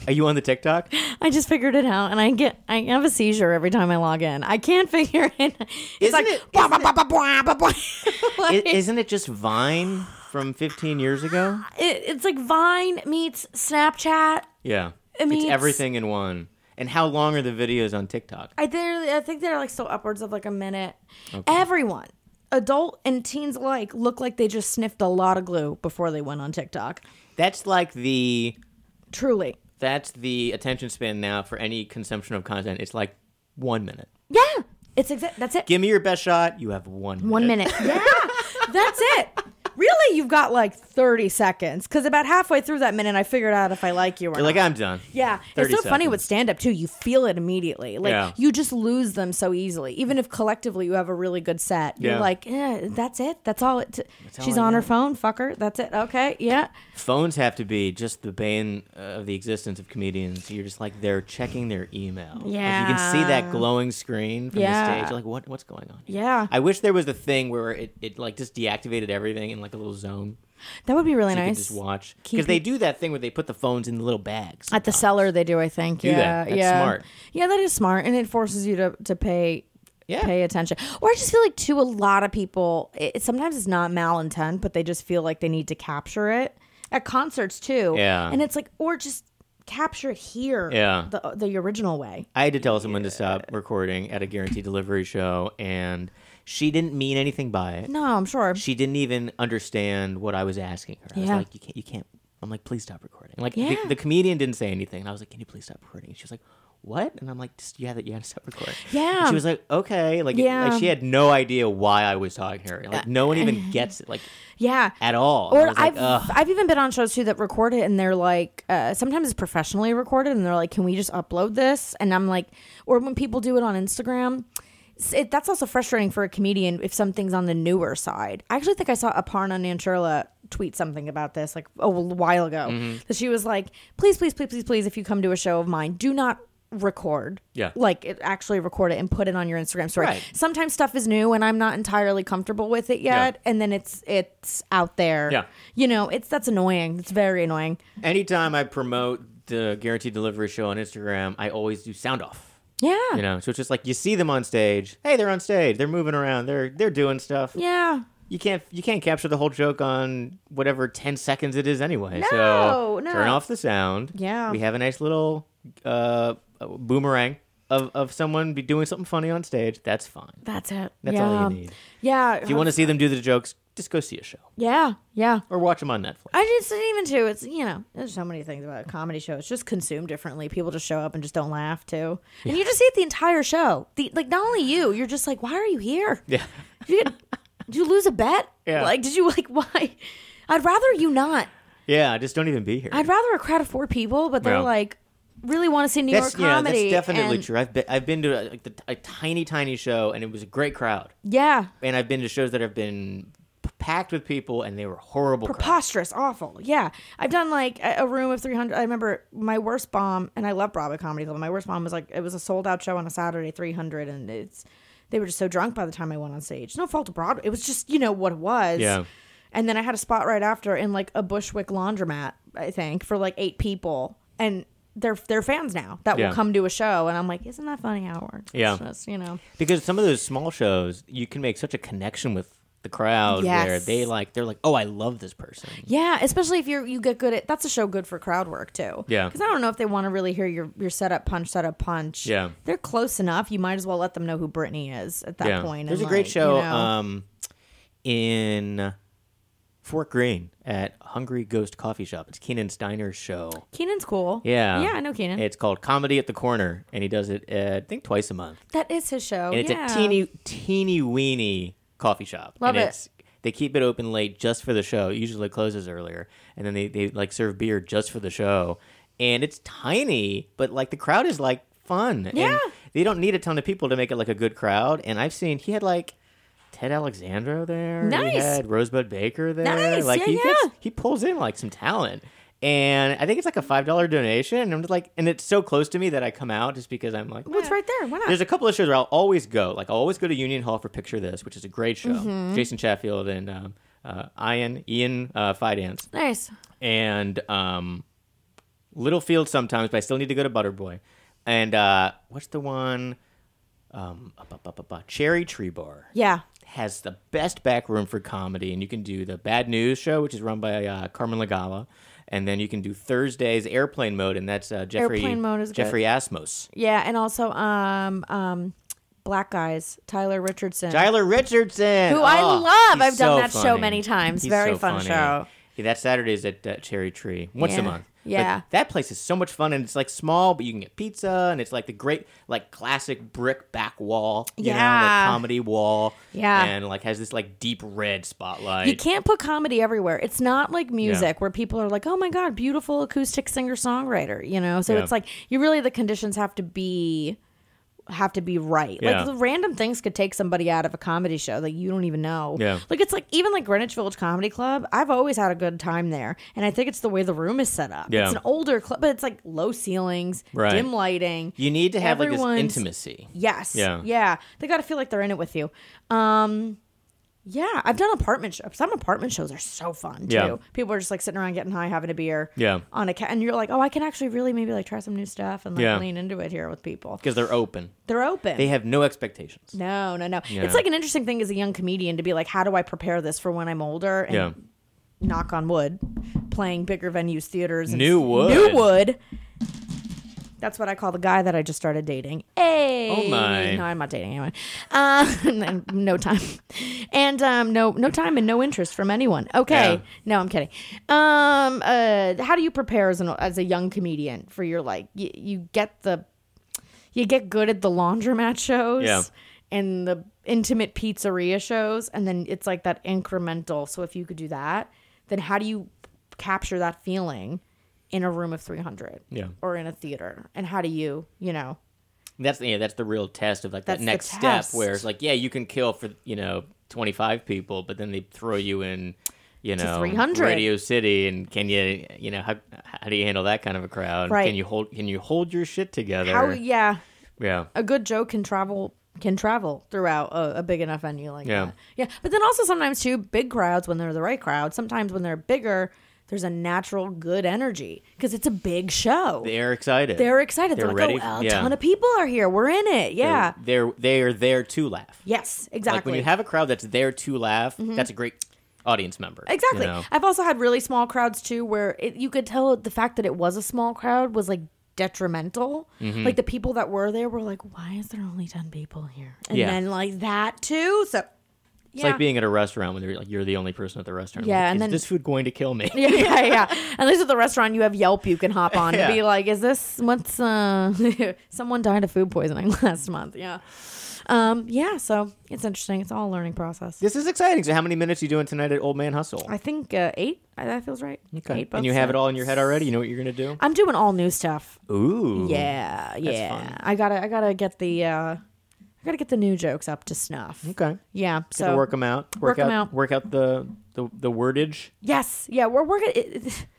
Speaker 2: Are you on the TikTok?
Speaker 3: I just figured it out, and I get I have a seizure every time I log in. I can't figure it. It's
Speaker 2: Isn't
Speaker 3: like
Speaker 2: it-
Speaker 3: "Bwah, bwah, bwah, bwah, bwah, bwah."
Speaker 2: I-
Speaker 3: Like,
Speaker 2: isn't it just Vine from 15 years ago?
Speaker 3: it- it's like Vine meets Snapchat.
Speaker 2: Yeah.
Speaker 3: I mean,
Speaker 2: it's
Speaker 3: it's-
Speaker 2: everything in one. And how long are the videos on TikTok?
Speaker 3: I think I think they're like still upwards of like a minute. Everyone, adult and teens alike, look like they just sniffed a lot of glue before they went on TikTok.
Speaker 2: That's like the
Speaker 3: Truly,
Speaker 2: that's the attention span now for any consumption of content. It's like one minute.
Speaker 3: yeah, it's exa- that's it.
Speaker 2: Give me your best shot. You have one minute.
Speaker 3: One minute. Yeah, that's it. Really, you've got like 30 seconds because about halfway through that minute, I figured out if I like you or
Speaker 2: You're like,
Speaker 3: not.
Speaker 2: I'm done.
Speaker 3: yeah, it's
Speaker 2: 30
Speaker 3: so funny with
Speaker 2: seconds.
Speaker 3: stand up too. You feel it immediately. Like
Speaker 2: Yeah.
Speaker 3: you just lose them so easily. Even if collectively you have a really good set,
Speaker 2: Yeah.
Speaker 3: you're like, eh, that's it. That's all it. T-
Speaker 2: all
Speaker 3: She's
Speaker 2: I
Speaker 3: on her
Speaker 2: got."
Speaker 3: phone, fucker. That's it. Okay, yeah.
Speaker 2: Phones have to be just the bane of the existence of comedians. You're just like they're checking their email. Like, you can see that
Speaker 3: Yeah.
Speaker 2: glowing screen from the
Speaker 3: Yeah.
Speaker 2: stage. You're like, what what's going on? here?
Speaker 3: Yeah.
Speaker 2: I wish there was a thing where it, it like just deactivated everything in like a little zone.
Speaker 3: That would be really
Speaker 2: You could
Speaker 3: nice.
Speaker 2: just watch because
Speaker 3: Keep
Speaker 2: they
Speaker 3: it-
Speaker 2: do that thing where they put the phones in the little bags
Speaker 3: At the cellar, they do. I think.
Speaker 2: that.
Speaker 3: yeah,
Speaker 2: That's
Speaker 3: yeah.
Speaker 2: smart.
Speaker 3: Yeah, that is smart, and it forces you to to pay.
Speaker 2: Yeah.
Speaker 3: Pay attention. Or I just feel like, too, a lot of people, it, sometimes it's not malintent, but they just feel like they need to capture it at concerts, too.
Speaker 2: Yeah.
Speaker 3: And it's like, or just capture it here.
Speaker 2: Yeah.
Speaker 3: The, the original way.
Speaker 2: I had to tell someone to stop recording at a guaranteed delivery show, and she didn't mean anything by it.
Speaker 3: No, I'm sure.
Speaker 2: She didn't even understand what I was asking her. I was
Speaker 3: Yeah.
Speaker 2: like, "You can't, you can't." I'm like, "Please stop recording." Like
Speaker 3: Yeah.
Speaker 2: the, the comedian didn't say anything, and I was like, "Can you please stop recording?" She was like, "What?" And I'm like, Just, "Yeah, that you gotta stop recording."
Speaker 3: Yeah.
Speaker 2: And she was like, "Okay." Like,
Speaker 3: Yeah.
Speaker 2: like she had no idea why I was talking to her. Like, no one even gets it. Like.
Speaker 3: yeah.
Speaker 2: At all, I
Speaker 3: Or
Speaker 2: was like,
Speaker 3: I've
Speaker 2: "Ugh."
Speaker 3: I've even been on shows too that record it and they're like uh, sometimes it's professionally recorded and they're like can we just upload this and I'm like or when people do it on Instagram s- it, that's also frustrating for a comedian if something's on the newer side. I actually think I saw Aparna Nancherla tweet something about this like a while ago
Speaker 2: Mm-hmm.
Speaker 3: that she was like please please please please please if you come to a show of mine do not record
Speaker 2: Yeah.
Speaker 3: like it actually record it and put it on your Instagram story
Speaker 2: Right.
Speaker 3: sometimes stuff is new and I'm not entirely comfortable with it yet, and then it's it's out there.
Speaker 2: Yeah.
Speaker 3: you know, it's that's annoying. It's very annoying.
Speaker 2: Anytime I promote the guaranteed delivery show on Instagram, I always do sound off.
Speaker 3: Yeah,
Speaker 2: You know, so it's just like you see them on stage. Hey, they're on stage. They're moving around. They're they're doing stuff.
Speaker 3: yeah.
Speaker 2: You can't you can't capture the whole joke on whatever ten seconds it is anyway. so
Speaker 3: No, no.
Speaker 2: turn off the sound.
Speaker 3: Yeah.
Speaker 2: we have a nice little uh, boomerang of of someone be doing something funny on stage. That's fine.
Speaker 3: That's it.
Speaker 2: That's
Speaker 3: yeah.
Speaker 2: all you need.
Speaker 3: Yeah,
Speaker 2: If you want to see them do the jokes, just go see a show
Speaker 3: yeah, yeah.
Speaker 2: or watch them on Netflix.
Speaker 3: I just even too. It's you know, there's so many things about a comedy show. It's just consumed differently. People just show up and just don't laugh too, and you just hate the entire show. The like not only you, you're just like, why are you here?
Speaker 2: yeah.
Speaker 3: You did, did you lose a bet?
Speaker 2: Yeah.
Speaker 3: Like, did you like why? I'd rather you not.
Speaker 2: Yeah, just don't even be here.
Speaker 3: I'd rather a crowd of four people, but they're
Speaker 2: Yeah.
Speaker 3: like really want to see New
Speaker 2: that's
Speaker 3: York comedy.
Speaker 2: yeah, that's definitely
Speaker 3: and-
Speaker 2: true. I've been I've been to a, like the, a tiny tiny show and it was a great crowd.
Speaker 3: Yeah,
Speaker 2: and I've been to shows that have been p- packed with people and they were horrible. crowds.
Speaker 3: preposterous, awful. Yeah, I've done like a, a room of three hundred. I remember my worst bomb, and I love Broadway Comedy Club. My worst bomb was like it was a sold out show on a Saturday, three hundred, and it's they were just so drunk by the time I went on stage. No fault of Broadway. It was just you know what it was.
Speaker 2: Yeah.
Speaker 3: And then I had a spot right after in like a Bushwick laundromat, I think, for like eight people, and they're they're fans now that
Speaker 2: Yeah.
Speaker 3: will come to a show, and I'm like, isn't that funny how it works?
Speaker 2: Yeah.
Speaker 3: It's just, you know.
Speaker 2: because some of those small shows you can make such a connection with the crowd where
Speaker 3: Yes.
Speaker 2: they like they're like, oh, I love this person.
Speaker 3: Yeah, especially if you're you get good at that's a show good for crowd work too.
Speaker 2: Yeah.
Speaker 3: because I don't know if they want to really hear your your setup punch setup punch.
Speaker 2: Yeah.
Speaker 3: they're close enough. You might as well let them know who Brittany is at that
Speaker 2: yeah,
Speaker 3: point.
Speaker 2: there's
Speaker 3: and,
Speaker 2: a great
Speaker 3: like,
Speaker 2: show
Speaker 3: you know.
Speaker 2: um, in Fort Greene at Hungry Ghost Coffee Shop. It's Keenan Steiner's show.
Speaker 3: Keenan's cool.
Speaker 2: Yeah,
Speaker 3: yeah, I know Keenan.
Speaker 2: It's called Comedy at the Corner, and he does it uh, I think twice a month.
Speaker 3: that is his show.
Speaker 2: and it's
Speaker 3: Oh, yeah.
Speaker 2: a teeny teeny weeny coffee shop.
Speaker 3: Love
Speaker 2: and
Speaker 3: it.
Speaker 2: It's, they keep it open late just for the show. It usually closes earlier, and then they, they like serve beer just for the show. And it's tiny, but like the crowd is like fun.
Speaker 3: Yeah.
Speaker 2: And they don't need a ton of people to make it like a good crowd. And I've seen he had like Ted Alexandro there. We
Speaker 3: Nice.
Speaker 2: had Rosebud Baker there.
Speaker 3: Nice.
Speaker 2: Like
Speaker 3: Yeah,
Speaker 2: he gets-
Speaker 3: yeah.
Speaker 2: he pulls in like some talent. And I think it's like a five dollar donation. And I'm just like, and it's so close to me that I come out just because I'm like,
Speaker 3: Well, it's
Speaker 2: "Meh."
Speaker 3: right there. Why not?
Speaker 2: There's a couple of shows where I'll always go. Like I'll always go to Union Hall for Picture This, which is a great show.
Speaker 3: Mm-hmm.
Speaker 2: Jason Chatfield and um, uh, Ian Ian uh, Fidance
Speaker 3: nice.
Speaker 2: and um, Littlefield sometimes, but I still need to go to Butterboy. And uh, what's the one? Um, up, up, up, up, up. Cherry Tree Bar
Speaker 3: Yeah.
Speaker 2: has the best back room for comedy, and you can do the Bad News show, which is run by uh, Carmen Lagala, and then you can do Thursday's Airplane Mode, and that's uh, Jeffrey
Speaker 3: Airplane Mode is good.
Speaker 2: Jeffrey Asmos.
Speaker 3: Yeah, and also um um black guys, Tyler Richardson.
Speaker 2: Tyler Richardson, Oh,
Speaker 3: Who I love.
Speaker 2: he's
Speaker 3: I've done that show many times. Very fun show.
Speaker 2: Yeah, that Saturday is at uh, Cherry Tree once
Speaker 3: Yeah.
Speaker 2: a month. But
Speaker 3: Yeah.
Speaker 2: that place is so much fun, and it's like small, but you can get pizza, and it's like the great like classic brick back wall, you know,
Speaker 3: Yeah.
Speaker 2: like comedy wall.
Speaker 3: Yeah.
Speaker 2: and like has this like deep red spotlight.
Speaker 3: You can't put comedy everywhere. It's not like music where people are like, "Oh my god, beautiful acoustic singer songwriter," you know. So
Speaker 2: Yeah.
Speaker 3: it's like you really the conditions have to be have to be right.
Speaker 2: Yeah.
Speaker 3: Like the random things could take somebody out of a comedy show that you don't even know.
Speaker 2: Yeah.
Speaker 3: Like it's like even like Greenwich Village Comedy Club. I've always had a good time there, and I think it's the way the room is set up.
Speaker 2: Yeah.
Speaker 3: It's an older club, but it's like low ceilings,
Speaker 2: Right.
Speaker 3: dim lighting.
Speaker 2: You need to have like
Speaker 3: Everyone's-
Speaker 2: this intimacy.
Speaker 3: Yes.
Speaker 2: Yeah.
Speaker 3: Yeah. They got to feel like they're in it with you. Um, yeah. I've done apartment shows. Some apartment shows are so fun too.
Speaker 2: Yeah.
Speaker 3: People are just like sitting around getting high, having a beer.
Speaker 2: Yeah.
Speaker 3: On a cat, and you're like, oh, I can actually really maybe like try some new stuff and like
Speaker 2: Yeah.
Speaker 3: lean into it here with people.
Speaker 2: Because they're open.
Speaker 3: They're open.
Speaker 2: They have no expectations.
Speaker 3: no, no, no.
Speaker 2: Yeah.
Speaker 3: It's like an interesting thing as a young comedian to be like, how do I prepare this for when I'm older? And
Speaker 2: Yeah.
Speaker 3: knock on wood, playing bigger venues, theaters. and-
Speaker 2: New wood.
Speaker 3: New wood. That's what I call the guy that I just started dating. Hey.
Speaker 2: Oh, my.
Speaker 3: No, I'm not dating anyone. Uh, and no time, and um, no, no time, and no interest from anyone. Okay.
Speaker 2: Yeah.
Speaker 3: No, I'm kidding. Um, uh, how do you prepare as an as a young comedian for your like? You, you get the, you get good at the laundromat shows.
Speaker 2: Yeah.
Speaker 3: And the intimate pizzeria shows, and then it's like that incremental. So if you could do that, then how do you capture that feeling in a room of three hundred?
Speaker 2: Yeah.
Speaker 3: Or in a theater, and how do you, you know,
Speaker 2: That's yeah, that's the real test of like that
Speaker 3: That's the
Speaker 2: next step
Speaker 3: test.
Speaker 2: where it's like, yeah, you can kill for you know twenty five people, but then they throw you in, you know,
Speaker 3: 300.
Speaker 2: Radio City, and can you you know how how do you handle that kind of a crowd?
Speaker 3: Right.
Speaker 2: Can you hold can you hold your shit together?
Speaker 3: How? Yeah,
Speaker 2: yeah.
Speaker 3: a good joke can travel can travel throughout a, a big enough venue like
Speaker 2: Yeah.
Speaker 3: that. Yeah, but then also sometimes too, big crowds when they're the right crowd. Sometimes when they're bigger, there's a natural good energy because it's a big show. They're,
Speaker 2: They're excited.
Speaker 3: excited. They're,
Speaker 2: They're ready.
Speaker 3: like, oh, a
Speaker 2: Yeah.
Speaker 3: ton of people are here. We're in it. Yeah.
Speaker 2: They're they are there to laugh.
Speaker 3: yes.
Speaker 2: Like when
Speaker 3: Exactly. Mm-hmm.
Speaker 2: you have a crowd that's there to laugh, that's a great audience member. you
Speaker 3: Exactly.
Speaker 2: know?
Speaker 3: I've also had really small crowds too, where it, you could tell the fact that it was a small crowd was like detrimental.
Speaker 2: Mm-hmm.
Speaker 3: Like the people that were there were like, "Why is there only ten people here?" And
Speaker 2: Yeah.
Speaker 3: then like that too. So
Speaker 2: It's like being at a restaurant when they're like you're the only person at the restaurant.
Speaker 3: Yeah,
Speaker 2: Like,
Speaker 3: and
Speaker 2: is
Speaker 3: then-
Speaker 2: this food going to kill me?
Speaker 3: yeah, yeah, yeah. At least at the restaurant, you have Yelp you can hop on to be
Speaker 2: Yeah.
Speaker 3: like, is this what's uh someone died of food poisoning last month? Yeah. Um, yeah, so it's interesting. It's all a learning process.
Speaker 2: This is exciting. So how many minutes are you doing tonight at Old Man Hustle?
Speaker 3: I think uh, eight. I, that feels right.
Speaker 2: Okay.
Speaker 3: Eight
Speaker 2: And
Speaker 3: bucks
Speaker 2: you have
Speaker 3: in.
Speaker 2: it all in your head already. You know what you're gonna do.
Speaker 3: I'm doing all new stuff.
Speaker 2: Ooh.
Speaker 3: Yeah, yeah.
Speaker 2: fun.
Speaker 3: I gotta, I gotta get the, uh, I gotta get the new jokes up to snuff.
Speaker 2: Okay.
Speaker 3: Yeah.
Speaker 2: So
Speaker 3: So
Speaker 2: work them out. Work,
Speaker 3: work 'em
Speaker 2: out,
Speaker 3: out.
Speaker 2: Work out the the, the wordage.
Speaker 3: Yes. Yeah. We're working. It, it-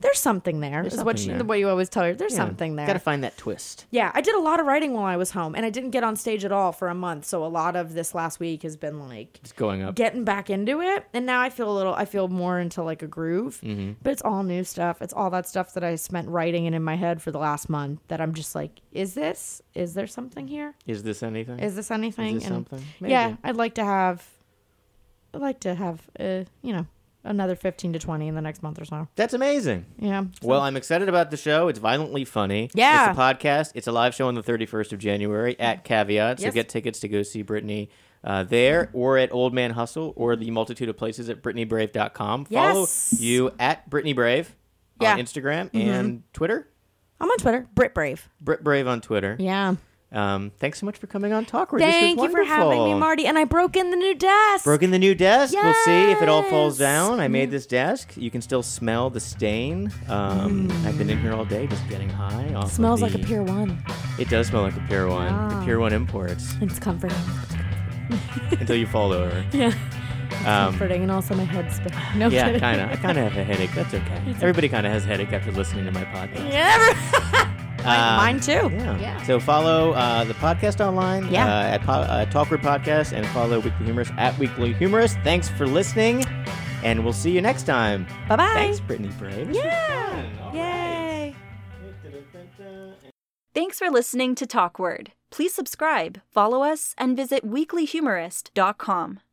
Speaker 3: there's something there. is what
Speaker 2: something
Speaker 3: you,
Speaker 2: there.
Speaker 3: the way you always tell her. There's something there.
Speaker 2: Got to find that twist.
Speaker 3: yeah, I did a lot of writing while I was home, and I didn't get on stage at all for a month. So a lot of this last week has been like
Speaker 2: It's going up.
Speaker 3: getting back into it, and now I feel a little. I feel more into like a groove.
Speaker 2: Mm-hmm.
Speaker 3: But it's all new stuff. It's all that stuff that I spent writing and in my head for the last month. That I'm just like, is this? Is there something here?
Speaker 2: Is this anything?
Speaker 3: Is this anything?
Speaker 2: this something?
Speaker 3: Yeah,
Speaker 2: Maybe.
Speaker 3: I'd like to have, I'd like to have, uh, you know, another fifteen to twenty in the next month or so.
Speaker 2: That's amazing.
Speaker 3: Yeah. so-
Speaker 2: Well, I'm excited about the show. It's violently funny.
Speaker 3: Yeah. Mm.
Speaker 2: It's a podcast. It's a live show on the 31st of January at Caveat. So
Speaker 3: Yes.
Speaker 2: get tickets to go see Brittany uh, there or at Old Man Hustle or the multitude of places at BrittanyBrave.com.
Speaker 3: Yes.
Speaker 2: Follow you at Brittany Brave
Speaker 3: Yeah. Mm-hmm.
Speaker 2: on Instagram and Twitter.
Speaker 3: I'm on Twitter, Brit Brave.
Speaker 2: Britt Brave on Twitter.
Speaker 3: Yeah.
Speaker 2: Um, thanks so much for coming on Talk Radio. This was
Speaker 3: Thank you for having me,
Speaker 2: wonderful.
Speaker 3: Marty. And I broke in the new desk.
Speaker 2: Broken the new desk. We'll see if it all falls
Speaker 3: Yes. Mm.
Speaker 2: down. I made this desk. You can still smell the stain. Um, I've been in here all day just getting high. Off of
Speaker 3: Mm. Smells like a
Speaker 2: the-
Speaker 3: Pier One. Oh.
Speaker 2: It does smell like a Pier 1. The Pier 1 imports.
Speaker 3: It's comforting.
Speaker 2: until you fall over.
Speaker 3: Yeah.
Speaker 2: Um,
Speaker 3: Comforting and also my head spinning. No
Speaker 2: yeah,
Speaker 3: kidding.
Speaker 2: kind of. I kind of have a headache. That's okay. Everybody kind of has a headache after listening to my podcast. Um,
Speaker 3: mine too.
Speaker 2: Yeah.
Speaker 3: Yeah.
Speaker 2: So follow uh, the podcast online
Speaker 3: Yeah.
Speaker 2: uh, at po- uh, Talkward Podcast and follow Weekly Humorist at Weekly Humorist. Thanks for listening, and we'll see you next time.
Speaker 3: Bye bye.
Speaker 2: Thanks, Brittany Bray. This was
Speaker 3: Yeah.
Speaker 2: fun. All
Speaker 3: Yay.
Speaker 2: right.
Speaker 1: Thanks for listening to Talkword. Please subscribe, follow us, and visit weeklyhumorist.com.